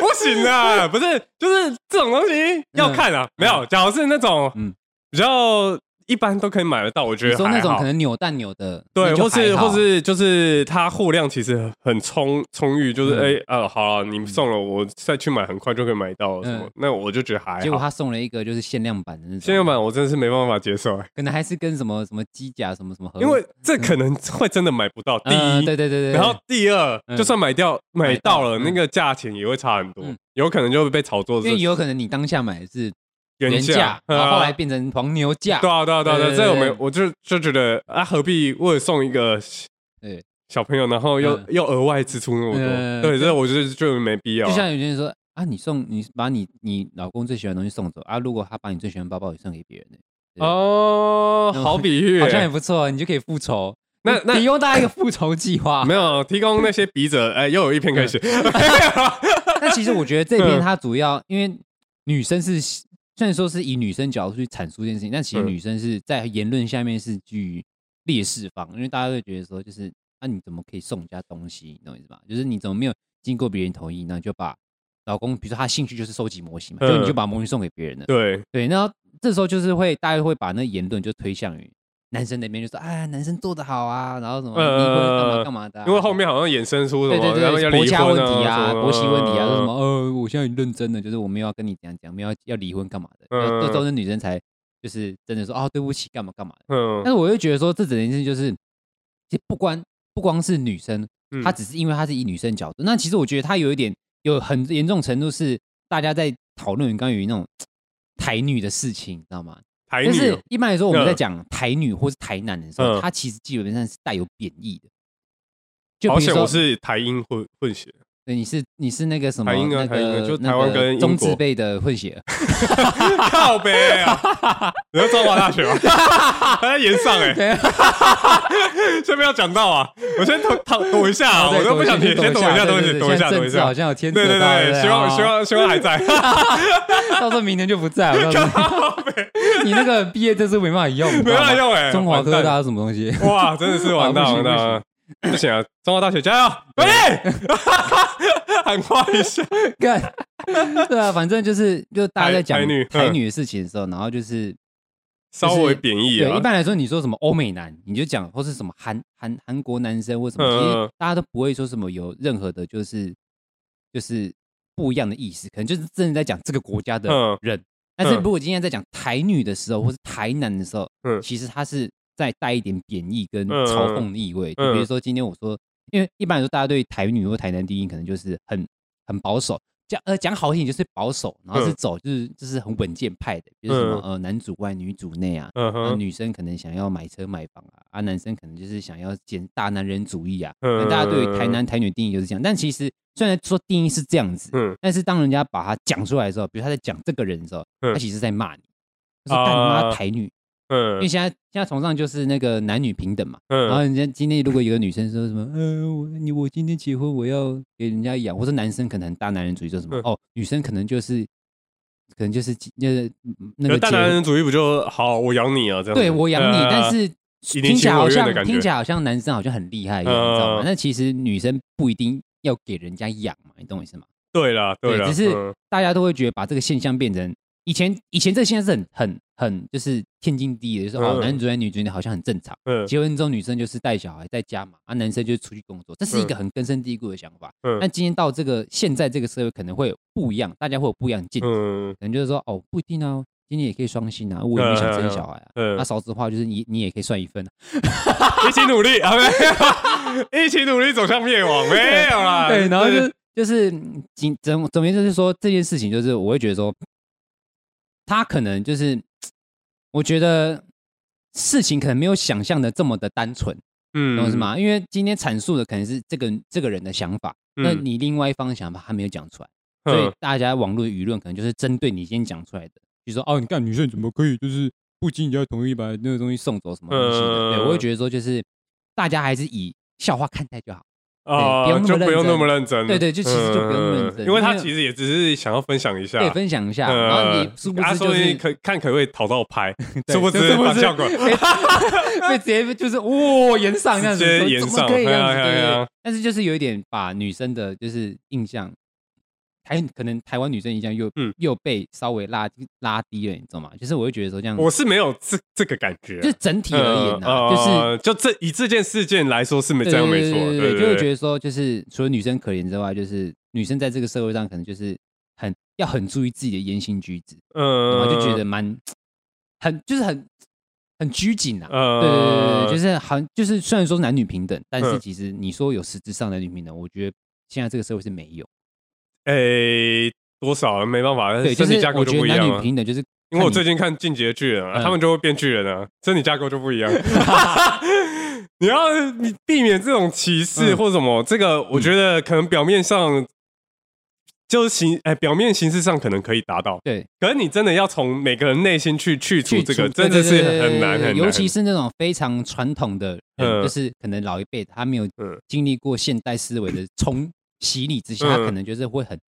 [SPEAKER 3] 不行啊，不是，就是这种东西要看啊，没有，假如是那种
[SPEAKER 2] 嗯
[SPEAKER 3] 比较一般都可以买得到，我 觉
[SPEAKER 2] 你
[SPEAKER 3] 得
[SPEAKER 2] 说那
[SPEAKER 3] 还
[SPEAKER 2] 种
[SPEAKER 3] 好
[SPEAKER 2] 可。能扭蛋扭的，
[SPEAKER 3] 对，
[SPEAKER 2] 那就
[SPEAKER 3] 或是
[SPEAKER 2] 还好
[SPEAKER 3] 或是就是它货量其实很充充裕，
[SPEAKER 2] 嗯
[SPEAKER 3] 就是哎、呃，好了，你送了我再去买，很快就可以买到了什么，
[SPEAKER 2] 嗯
[SPEAKER 3] 那我就觉得还
[SPEAKER 2] 结果
[SPEAKER 3] 好。
[SPEAKER 2] 他送了一个就是限量版的那种，
[SPEAKER 3] 限量版我真的是没办法接受、哎
[SPEAKER 2] 可能还是跟什么什么机甲什么什么合，
[SPEAKER 3] 因为这可能会真的买不到。第一，
[SPEAKER 2] 嗯对对对对，
[SPEAKER 3] 然后第二，
[SPEAKER 2] 嗯
[SPEAKER 3] 就算买掉买到了，
[SPEAKER 2] 嗯
[SPEAKER 3] 那个价钱也会差很多
[SPEAKER 2] 嗯，
[SPEAKER 3] 有可能就会被炒作是
[SPEAKER 2] 因为有可能你当下买的是
[SPEAKER 3] 原
[SPEAKER 2] 价，然后
[SPEAKER 3] 啊
[SPEAKER 2] 后来变成黄牛价，
[SPEAKER 3] 对啊对啊对啊对啊，
[SPEAKER 2] 对对
[SPEAKER 3] 这我
[SPEAKER 2] 对
[SPEAKER 3] 们我就就觉得啊，何必为了送一个
[SPEAKER 2] 对
[SPEAKER 3] 小朋友，然后又
[SPEAKER 2] 嗯
[SPEAKER 3] 又额外支出那么
[SPEAKER 2] 嗯
[SPEAKER 3] 多？对，这我觉得就没必要啊。
[SPEAKER 2] 就像有些人说啊，你送你把你你老公最喜欢的东西送走啊，如果他把你最喜欢的包包也送给别人呢，对
[SPEAKER 3] 哦，好比喻欸，
[SPEAKER 2] 好像也不错，你就可以复仇。
[SPEAKER 3] 那
[SPEAKER 2] 你
[SPEAKER 3] 那
[SPEAKER 2] 提供大家一个复仇计划。
[SPEAKER 3] 没有啊提供那些笔者，哎，又有一篇
[SPEAKER 2] 嗯
[SPEAKER 3] 可以写。
[SPEAKER 2] 但其实我觉得这篇
[SPEAKER 3] 嗯
[SPEAKER 2] 它主要因为女生是虽然说是以女生角度去阐述这件事情，但其实
[SPEAKER 3] 嗯
[SPEAKER 2] 女生是在言论下面是居劣势方，因为大家会觉得说就是啊你怎么可以送人家东西，你懂我意思吧？就是你怎么没有经过别人同意，那你就把老公，比如说他兴趣就是收集模型嘛，
[SPEAKER 3] 嗯
[SPEAKER 2] 就你就把模型送给别人了。
[SPEAKER 3] 对，
[SPEAKER 2] 对，那这时候就是会大家会把那言论就推向于男生那边，就说哎男生做的好啊，然后什么
[SPEAKER 3] 嗯
[SPEAKER 2] 离婚干嘛
[SPEAKER 3] 嗯
[SPEAKER 2] 干嘛的啊、
[SPEAKER 3] 因为后面好像衍生出什
[SPEAKER 2] 对
[SPEAKER 3] 么，
[SPEAKER 2] 对
[SPEAKER 3] 然后要
[SPEAKER 2] 对，国
[SPEAKER 3] 离婚
[SPEAKER 2] 家问题
[SPEAKER 3] 啊，
[SPEAKER 2] 啊，国籍问题啊，
[SPEAKER 3] 嗯
[SPEAKER 2] 说什么？呃，我现在认真的，就是我们要跟你讲讲，我们要要离婚干嘛的，
[SPEAKER 3] 嗯
[SPEAKER 2] 这都是女生才就是真的说哦，对不起，干嘛干嘛的。
[SPEAKER 3] 嗯
[SPEAKER 2] 但是我又觉得说，这整件事就是，其实不光不光是女生，
[SPEAKER 3] 嗯
[SPEAKER 2] 她只是因为她是以女生角度，那其实我觉得她有一点有很严重程度是大家在讨论关于那种台女的事情，你知道吗？
[SPEAKER 3] 台
[SPEAKER 2] 就
[SPEAKER 3] 女
[SPEAKER 2] 是
[SPEAKER 3] 哦，
[SPEAKER 2] 一般来说，我们
[SPEAKER 3] 嗯
[SPEAKER 2] 在讲台女或是台男的时候，
[SPEAKER 3] 嗯
[SPEAKER 2] 它其实基本上是带有贬义的。就
[SPEAKER 3] 好
[SPEAKER 2] 比如
[SPEAKER 3] 险
[SPEAKER 2] 说
[SPEAKER 3] 我，是台英混混血，
[SPEAKER 2] 对，你是你是那个什么
[SPEAKER 3] 台英
[SPEAKER 2] 那
[SPEAKER 3] 啊台英啊
[SPEAKER 2] 个
[SPEAKER 3] 就
[SPEAKER 2] 那
[SPEAKER 3] 台湾
[SPEAKER 2] 个
[SPEAKER 3] 跟英
[SPEAKER 2] 中字
[SPEAKER 3] 国
[SPEAKER 2] 辈的混血，
[SPEAKER 3] 靠北啊！你要中华大学吗？ 还在延上哎、
[SPEAKER 2] 对啊
[SPEAKER 3] 欸， 先不要讲到啊，我先躲躺躲一下、
[SPEAKER 2] 哦
[SPEAKER 3] 啊， 我都不想听，
[SPEAKER 2] 等
[SPEAKER 3] 先躲一下，躲一下，
[SPEAKER 2] 对对
[SPEAKER 3] 躲一
[SPEAKER 2] 现在
[SPEAKER 3] 下，躲
[SPEAKER 2] 政
[SPEAKER 3] 一
[SPEAKER 2] 治
[SPEAKER 3] 下
[SPEAKER 2] 好。像有牵扯
[SPEAKER 3] 对对
[SPEAKER 2] 到啊
[SPEAKER 3] 对，希望希，望希望 还在。
[SPEAKER 2] 对啊啊到时候明年就不在了。 到时候
[SPEAKER 3] 靠北
[SPEAKER 2] 你那个毕业证书没办法用，你知
[SPEAKER 3] 没
[SPEAKER 2] 道
[SPEAKER 3] 办法
[SPEAKER 2] 吗
[SPEAKER 3] 用哎、
[SPEAKER 2] 中华
[SPEAKER 3] 完
[SPEAKER 2] 科
[SPEAKER 3] 蛋
[SPEAKER 2] 大是什么东西？
[SPEAKER 3] 哇，真的是 完蛋
[SPEAKER 2] 哇不行
[SPEAKER 3] 完蛋啊，不行啊！中华大学加油，喂，喊话一下，
[SPEAKER 2] 干， 对啊，反正就是就大家在
[SPEAKER 3] 台
[SPEAKER 2] 讲
[SPEAKER 3] 台女
[SPEAKER 2] 台
[SPEAKER 3] 嗯
[SPEAKER 2] 女的事情的时候，然后就是
[SPEAKER 3] 稍微贬义
[SPEAKER 2] 对，
[SPEAKER 3] 啊
[SPEAKER 2] 一。般来说，你说什么欧美男，你就讲或是什么韩韩韩国男生或什么，
[SPEAKER 3] 嗯
[SPEAKER 2] 其
[SPEAKER 3] 嗯
[SPEAKER 2] 实
[SPEAKER 3] 嗯
[SPEAKER 2] 大家都不会说什么有任何的，就是就是不一样的意思，可能就是真的在讲这个国家的
[SPEAKER 3] 嗯
[SPEAKER 2] 人。但是
[SPEAKER 3] 嗯
[SPEAKER 2] 如果今天在讲台女的时候，或是台男的时候，
[SPEAKER 3] 嗯
[SPEAKER 2] 其实他是在带一点贬义跟
[SPEAKER 3] 嗯嗯
[SPEAKER 2] 嘲讽的意味。就比如
[SPEAKER 3] 嗯
[SPEAKER 2] 说今天我说因为一般来说，大家对台女或台男第一印可能就是很很保守，讲呃讲好听点就是保守，然后是
[SPEAKER 3] 嗯
[SPEAKER 2] 走就是就是很稳健派的，比如说什么
[SPEAKER 3] 嗯
[SPEAKER 2] 呃男主外女主内啊，
[SPEAKER 3] 嗯
[SPEAKER 2] 呃
[SPEAKER 3] 哼，
[SPEAKER 2] 女生可能想要买车买房啊，啊男生可能就是想要减大男人主义啊，
[SPEAKER 3] 嗯
[SPEAKER 2] 大家对于台男台女定义就是这样，但其实虽然说定义是这样子，
[SPEAKER 3] 嗯
[SPEAKER 2] 但是当人家把它讲出来的时候，比如他在讲这个人的时候，
[SPEAKER 3] 嗯
[SPEAKER 2] 他其实是在骂你，就是干妈
[SPEAKER 3] 啊
[SPEAKER 2] 台女，因为
[SPEAKER 3] 嗯
[SPEAKER 2] 现在现在崇尚就是那个男女平等嘛。 然后
[SPEAKER 3] 嗯
[SPEAKER 2] 人家今天如果有个女生说什么，呃，我你我今天结婚我要给人家养，或者男生可能很大男人主义说什么，
[SPEAKER 3] 嗯
[SPEAKER 2] 哦，女生可能就是可能就是就是嗯那个
[SPEAKER 3] 可是大
[SPEAKER 2] 结
[SPEAKER 3] 男
[SPEAKER 2] 婚
[SPEAKER 3] 人主义不就好？我养你啊，这样子。
[SPEAKER 2] 对我养你，
[SPEAKER 3] 呃
[SPEAKER 2] 但是
[SPEAKER 3] 一定
[SPEAKER 2] 听起来
[SPEAKER 3] 情我
[SPEAKER 2] 好
[SPEAKER 3] 愿
[SPEAKER 2] 像
[SPEAKER 3] 的感觉
[SPEAKER 2] 听起来好像男生好像很厉害一样，你知道吗？
[SPEAKER 3] 嗯
[SPEAKER 2] 那其实女生不一定要给人家养嘛，你懂我意思吗？
[SPEAKER 3] 对啦，
[SPEAKER 2] 对
[SPEAKER 3] 啦，
[SPEAKER 2] 只是
[SPEAKER 3] 嗯
[SPEAKER 2] 大家都会觉得把这个现象变成以前以前这个现象是很很很就是天经地义的，就是哦
[SPEAKER 3] 嗯
[SPEAKER 2] 男主外女主内好像很正常。
[SPEAKER 3] 嗯
[SPEAKER 2] 结婚之后，女生就是带小孩在家嘛，啊，男生就是出去工作，这是一个很根深蒂固的想法。但
[SPEAKER 3] 嗯
[SPEAKER 2] 今天到这个现在这个社会，可能会有不一样，大家会有不一样的见解，
[SPEAKER 3] 嗯
[SPEAKER 2] 可能就是说，哦，不一定啊，今天也可以双薪啊，我也没想生小孩啊。
[SPEAKER 3] 嗯
[SPEAKER 2] 那，少子化就是你，你也可以算一份啊。
[SPEAKER 3] 一起 努力啊，没有，一起努力走向灭亡，没有啦。
[SPEAKER 2] 对，然后
[SPEAKER 3] 这
[SPEAKER 2] 就就是嗯仅总总而言之就是说这件事情，就是我会觉得说，他可能就是，我觉得事情可能没有想象的这么的单纯，
[SPEAKER 3] 嗯
[SPEAKER 2] 懂我意思？吗？因为今天阐述的可能是这个这个人的想法，那
[SPEAKER 3] 嗯
[SPEAKER 2] 你另外一方的想法他没有讲出来，所以
[SPEAKER 3] 嗯
[SPEAKER 2] 大家网络舆论可能就是针对你先讲出来的，比如说哦，你看女生怎么可以就是不经人家同意把那个东西送走什么东西的？
[SPEAKER 3] 嗯
[SPEAKER 2] 对，我会觉得说就是大家还是以笑话看待就好。对
[SPEAKER 3] 啊
[SPEAKER 2] 不用那么
[SPEAKER 3] 就不用
[SPEAKER 2] 认真
[SPEAKER 3] 那么认真。
[SPEAKER 2] 对对就其实就不用那么认
[SPEAKER 3] 嗯
[SPEAKER 2] 真
[SPEAKER 3] 因为
[SPEAKER 2] 因
[SPEAKER 3] 他
[SPEAKER 2] 为
[SPEAKER 3] 其实也只是想要分享一下
[SPEAKER 2] 对，。分享一下。
[SPEAKER 3] 呃
[SPEAKER 2] 然后你殊不
[SPEAKER 3] 啊
[SPEAKER 2] 知
[SPEAKER 3] 说
[SPEAKER 2] 就
[SPEAKER 3] 不定
[SPEAKER 2] 是
[SPEAKER 3] 可看可不可以讨到拍，
[SPEAKER 2] 对
[SPEAKER 3] 殊不知
[SPEAKER 2] 殊不
[SPEAKER 3] 反
[SPEAKER 2] 知哎
[SPEAKER 3] 效 果。
[SPEAKER 2] 被 直接就是哇延上这样子，
[SPEAKER 3] 直接
[SPEAKER 2] 说
[SPEAKER 3] 延
[SPEAKER 2] 怎么
[SPEAKER 3] 上
[SPEAKER 2] 可以这样
[SPEAKER 3] 对
[SPEAKER 2] 子，对
[SPEAKER 3] 啊对啊
[SPEAKER 2] 对
[SPEAKER 3] 对
[SPEAKER 2] 对
[SPEAKER 3] 啊。
[SPEAKER 2] 但是就是有一点把女生的就是印象，台可能台湾女生印象又
[SPEAKER 3] 嗯
[SPEAKER 2] 又被稍微拉拉低了，你知道吗？就是我会觉得说这样，
[SPEAKER 3] 我是没有这这个感觉啊，
[SPEAKER 2] 就是整体而言啊，
[SPEAKER 3] 呃
[SPEAKER 2] 就是
[SPEAKER 3] 呃就这以这件事件来说是没
[SPEAKER 2] 对
[SPEAKER 3] 这样没错，
[SPEAKER 2] 对对对，
[SPEAKER 3] 对
[SPEAKER 2] 就会觉
[SPEAKER 3] 对
[SPEAKER 2] 得说就是除了女生可怜之外，就是女生在这个社会上可能就是很要很注意自己的言行举止，
[SPEAKER 3] 嗯
[SPEAKER 2] 我就觉得蛮很就是很很拘谨啊。
[SPEAKER 3] 呃
[SPEAKER 2] 对对对，对，就是好像就是虽然说男女平等，但是
[SPEAKER 3] 嗯
[SPEAKER 2] 其实你说有实质上男女平等，我觉得现在这个社会是没有。
[SPEAKER 3] 诶哎多少没办法，
[SPEAKER 2] 对，就
[SPEAKER 3] 呃身
[SPEAKER 2] 是
[SPEAKER 3] 体架构
[SPEAKER 2] 我
[SPEAKER 3] 就
[SPEAKER 2] 觉得
[SPEAKER 3] 不一
[SPEAKER 2] 男
[SPEAKER 3] 样
[SPEAKER 2] 女
[SPEAKER 3] 啊。
[SPEAKER 2] 平等就是
[SPEAKER 3] 因为我
[SPEAKER 2] 看你
[SPEAKER 3] 最近看《进击的巨人》啊，
[SPEAKER 2] 嗯
[SPEAKER 3] 他们就会变巨人啊，身体架构就不一 样。你要你避免这种歧视
[SPEAKER 2] 嗯
[SPEAKER 3] 或什么，这个我觉得可能表面上就是形哎，表面形式上可能可以达到，
[SPEAKER 2] 对
[SPEAKER 3] 可是你真的要从每个人内心去去除
[SPEAKER 2] 去
[SPEAKER 3] 这个，
[SPEAKER 2] 除对
[SPEAKER 3] 真
[SPEAKER 2] 对
[SPEAKER 3] 的是
[SPEAKER 2] 对对
[SPEAKER 3] 很
[SPEAKER 2] 对
[SPEAKER 3] 难
[SPEAKER 2] 对
[SPEAKER 3] 很难。
[SPEAKER 2] 尤其是那种非常传统的
[SPEAKER 3] 嗯
[SPEAKER 2] 人，就是可能老一辈他没有
[SPEAKER 3] 嗯
[SPEAKER 2] 经历过现代思维的冲洗礼之下，他
[SPEAKER 3] 嗯
[SPEAKER 2] 可能就是会很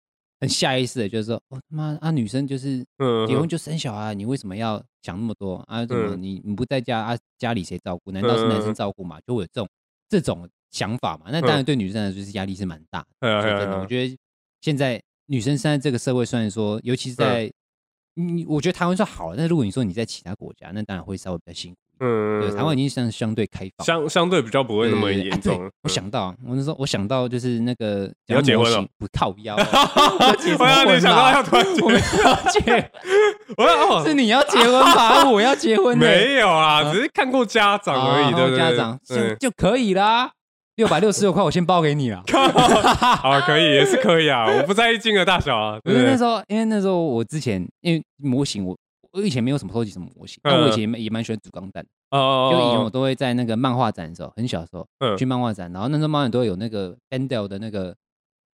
[SPEAKER 2] 很下意识的，就是说，哦他妈啊，女生就是
[SPEAKER 3] 嗯
[SPEAKER 2] 结婚就生小孩，你为什么要想那么多啊？怎么
[SPEAKER 3] 嗯
[SPEAKER 2] 你你不在家啊？家里谁照顾？难道是男
[SPEAKER 3] 嗯
[SPEAKER 2] 生照顾吗？就会有这种这种想法嘛？那当然对女生来说就是压力是蛮大的。
[SPEAKER 3] 哎呀
[SPEAKER 2] 说
[SPEAKER 3] 哎呀
[SPEAKER 2] 真
[SPEAKER 3] 哎
[SPEAKER 2] 的，
[SPEAKER 3] 呀
[SPEAKER 2] 我觉得现在女生现在这个社会，虽然说，尤
[SPEAKER 3] 嗯
[SPEAKER 2] 其是在你，我觉得台湾算好了，但如果你说你在其他国家，那当然会稍微比较辛苦。
[SPEAKER 3] 嗯
[SPEAKER 2] 对，台湾已经相相对开放。
[SPEAKER 3] 相相对比较不
[SPEAKER 2] 对
[SPEAKER 3] 会那么
[SPEAKER 2] 对对啊对
[SPEAKER 3] 严重。嗯
[SPEAKER 2] 我想到，啊我那时候我想到就是那个
[SPEAKER 3] 你要结婚了
[SPEAKER 2] 模型不 靠腰啊，要结什
[SPEAKER 3] 我
[SPEAKER 2] 么
[SPEAKER 3] 要你
[SPEAKER 2] 婚
[SPEAKER 3] 想到要
[SPEAKER 2] 啦？
[SPEAKER 3] 突然
[SPEAKER 2] 我
[SPEAKER 3] 间
[SPEAKER 2] 没，有结，
[SPEAKER 3] 我要哦
[SPEAKER 2] 是你要结婚 吧？我要结婚呢，
[SPEAKER 3] 没有啊，
[SPEAKER 2] 啊
[SPEAKER 3] 只是看过家长而已，
[SPEAKER 2] 啊
[SPEAKER 3] 对不对？
[SPEAKER 2] 家长就
[SPEAKER 3] 嗯
[SPEAKER 2] 就可以啦，六百六十六块我先包给你啦。
[SPEAKER 3] 好啊，可以也是可以啊，我不在意金额大小 啊，
[SPEAKER 2] 因
[SPEAKER 3] 对不
[SPEAKER 2] 为那
[SPEAKER 3] 对？
[SPEAKER 2] 时候，因为那时候我之前因为模型我。我以前没有什么收集什么模型，
[SPEAKER 3] 嗯
[SPEAKER 2] 但我以前也蛮也蛮喜欢组钢弹，就以前我
[SPEAKER 3] 哦，
[SPEAKER 2] 都会在那个漫画展的时候，很小的时候
[SPEAKER 3] 嗯
[SPEAKER 2] 去漫画展，然后那时候漫画展都会有那个 Bandel 的那个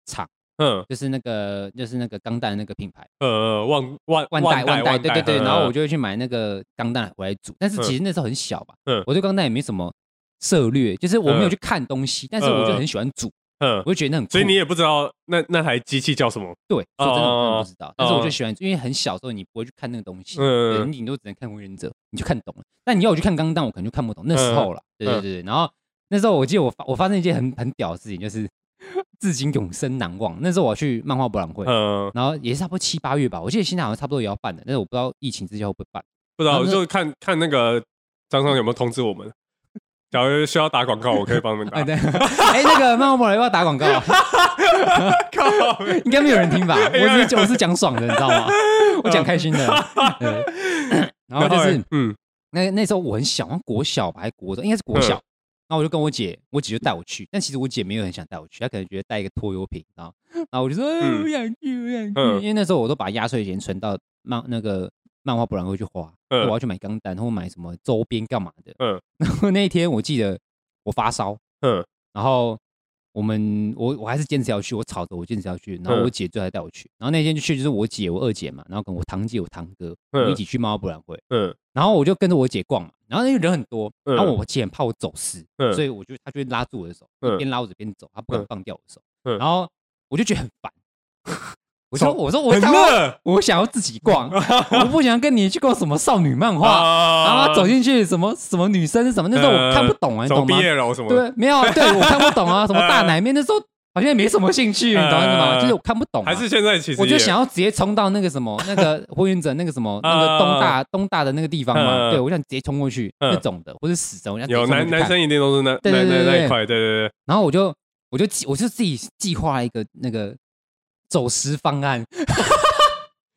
[SPEAKER 2] 厂，
[SPEAKER 3] 嗯
[SPEAKER 2] 就是那个就是那个钢弹的那个品牌，
[SPEAKER 3] 呃，万万
[SPEAKER 2] 万代
[SPEAKER 3] 万嗯
[SPEAKER 2] 代，对对对，然后我
[SPEAKER 3] 就
[SPEAKER 2] 就会去买那个钢弹回来组，但是其实那时候很小吧
[SPEAKER 3] 嗯，
[SPEAKER 2] 我对钢弹也没什么涉略，就是我没有
[SPEAKER 3] 嗯
[SPEAKER 2] 去看东西，但是我就很喜欢组，
[SPEAKER 3] 嗯，
[SPEAKER 2] 我就觉得那很酷，
[SPEAKER 3] 所以你也不知道那那台机器叫什么，
[SPEAKER 2] 对，说真的，我真的
[SPEAKER 3] 哦
[SPEAKER 2] 不知道。但是我就喜欢，因为很小的时候你不会去看那个东西，
[SPEAKER 3] 嗯
[SPEAKER 2] 对你顶多只能看《火影忍者》，你就看懂了。但你要我去看《钢弹》，我可能就看不懂那
[SPEAKER 3] 嗯
[SPEAKER 2] 时候了。对对对。对然后那时候我记得我发我发生一件很很屌的事情，就是 至今永生难忘。那时候我要去漫画博览会，
[SPEAKER 3] 嗯，
[SPEAKER 2] 然后也是差不多七八月吧，我记得现在好像差不多也要办的，但是我不知道疫情之下会不会办。
[SPEAKER 3] 不知道，
[SPEAKER 2] 然后那
[SPEAKER 3] 就看看那个张商有没有通知我们。 假如需要打广告，我可以帮你们打
[SPEAKER 2] 哎，。对，哎，那个漫画博览会要不要打广告啊，
[SPEAKER 3] 靠
[SPEAKER 2] 应该没有人听吧？
[SPEAKER 3] 应该没
[SPEAKER 2] 我
[SPEAKER 3] 有
[SPEAKER 2] 只是我是讲爽的，你知道吗？我讲开心的。 对然后就是
[SPEAKER 3] 欸。嗯嗯
[SPEAKER 2] 那那时候我很小，好像国小吧，还国中，应该是国小。然后我就跟我姐，我姐就带我去，但其实我姐没有很想带我去，她可能觉得带一个拖油瓶，然后然后我就说、哎
[SPEAKER 3] 嗯
[SPEAKER 2] 我想去，我想去，
[SPEAKER 3] 嗯
[SPEAKER 2] 因为那时候我都把压岁钱存到漫那个漫画博览会去花，
[SPEAKER 3] 嗯
[SPEAKER 2] 我要去买钢弹或买什么周边干嘛的，
[SPEAKER 3] 嗯，
[SPEAKER 2] 然后那一天我记得我发烧，
[SPEAKER 3] 嗯，
[SPEAKER 2] 然后我们我我还是坚持要去，我吵着我坚持要去，然后
[SPEAKER 3] 嗯
[SPEAKER 2] 我姐最后还带我去，然后那天就去就是我姐我二姐嘛，然后跟我堂姐我堂哥，我们
[SPEAKER 3] 嗯
[SPEAKER 2] 一起去漫画博览会。
[SPEAKER 3] 嗯
[SPEAKER 2] 然后我就跟着我姐逛嘛，然后因为人很多，
[SPEAKER 3] 嗯
[SPEAKER 2] 然后我姐很怕我走失，
[SPEAKER 3] 嗯
[SPEAKER 2] 所以我就她就会拉住我的手，
[SPEAKER 3] 嗯
[SPEAKER 2] 一边拉我的边走，她不敢
[SPEAKER 3] 嗯
[SPEAKER 2] 放掉我的手，
[SPEAKER 3] 嗯
[SPEAKER 2] 然后我就觉得很 烦，我说
[SPEAKER 3] 走
[SPEAKER 2] 我说我
[SPEAKER 3] 很
[SPEAKER 2] 想要
[SPEAKER 3] 热
[SPEAKER 2] 我想要自己 逛，我不想跟你去逛什么少女漫
[SPEAKER 3] 啊
[SPEAKER 2] 画，然后她走进去什么什么女生什么，那时候我看不懂啊，你
[SPEAKER 3] 走
[SPEAKER 2] 懂吗？
[SPEAKER 3] BL 嗯什么的，
[SPEAKER 2] 对，没有，对我看不懂啊，什 么大奶妹那时候好像也没什么兴趣，你懂什么？
[SPEAKER 3] 嗯
[SPEAKER 2] 就是我看不懂啊，
[SPEAKER 3] 还是现在其实
[SPEAKER 2] 我就
[SPEAKER 3] 也
[SPEAKER 2] 想要直接冲到那个什么那 个火影者那个什么
[SPEAKER 3] 啊
[SPEAKER 2] 那个东大东大的那个地方嘛，
[SPEAKER 3] 嗯
[SPEAKER 2] 对我想直接冲过去
[SPEAKER 3] 嗯
[SPEAKER 2] 那种的，或者死神，我想直接
[SPEAKER 3] 有
[SPEAKER 2] 冲过去
[SPEAKER 3] 男男
[SPEAKER 2] 看
[SPEAKER 3] 生一定都是那
[SPEAKER 2] 对
[SPEAKER 3] 那
[SPEAKER 2] 对对
[SPEAKER 3] 那
[SPEAKER 2] 对
[SPEAKER 3] 那一块，对对对，
[SPEAKER 2] 然后我就我就计我就自己计划了一个那个走失方案，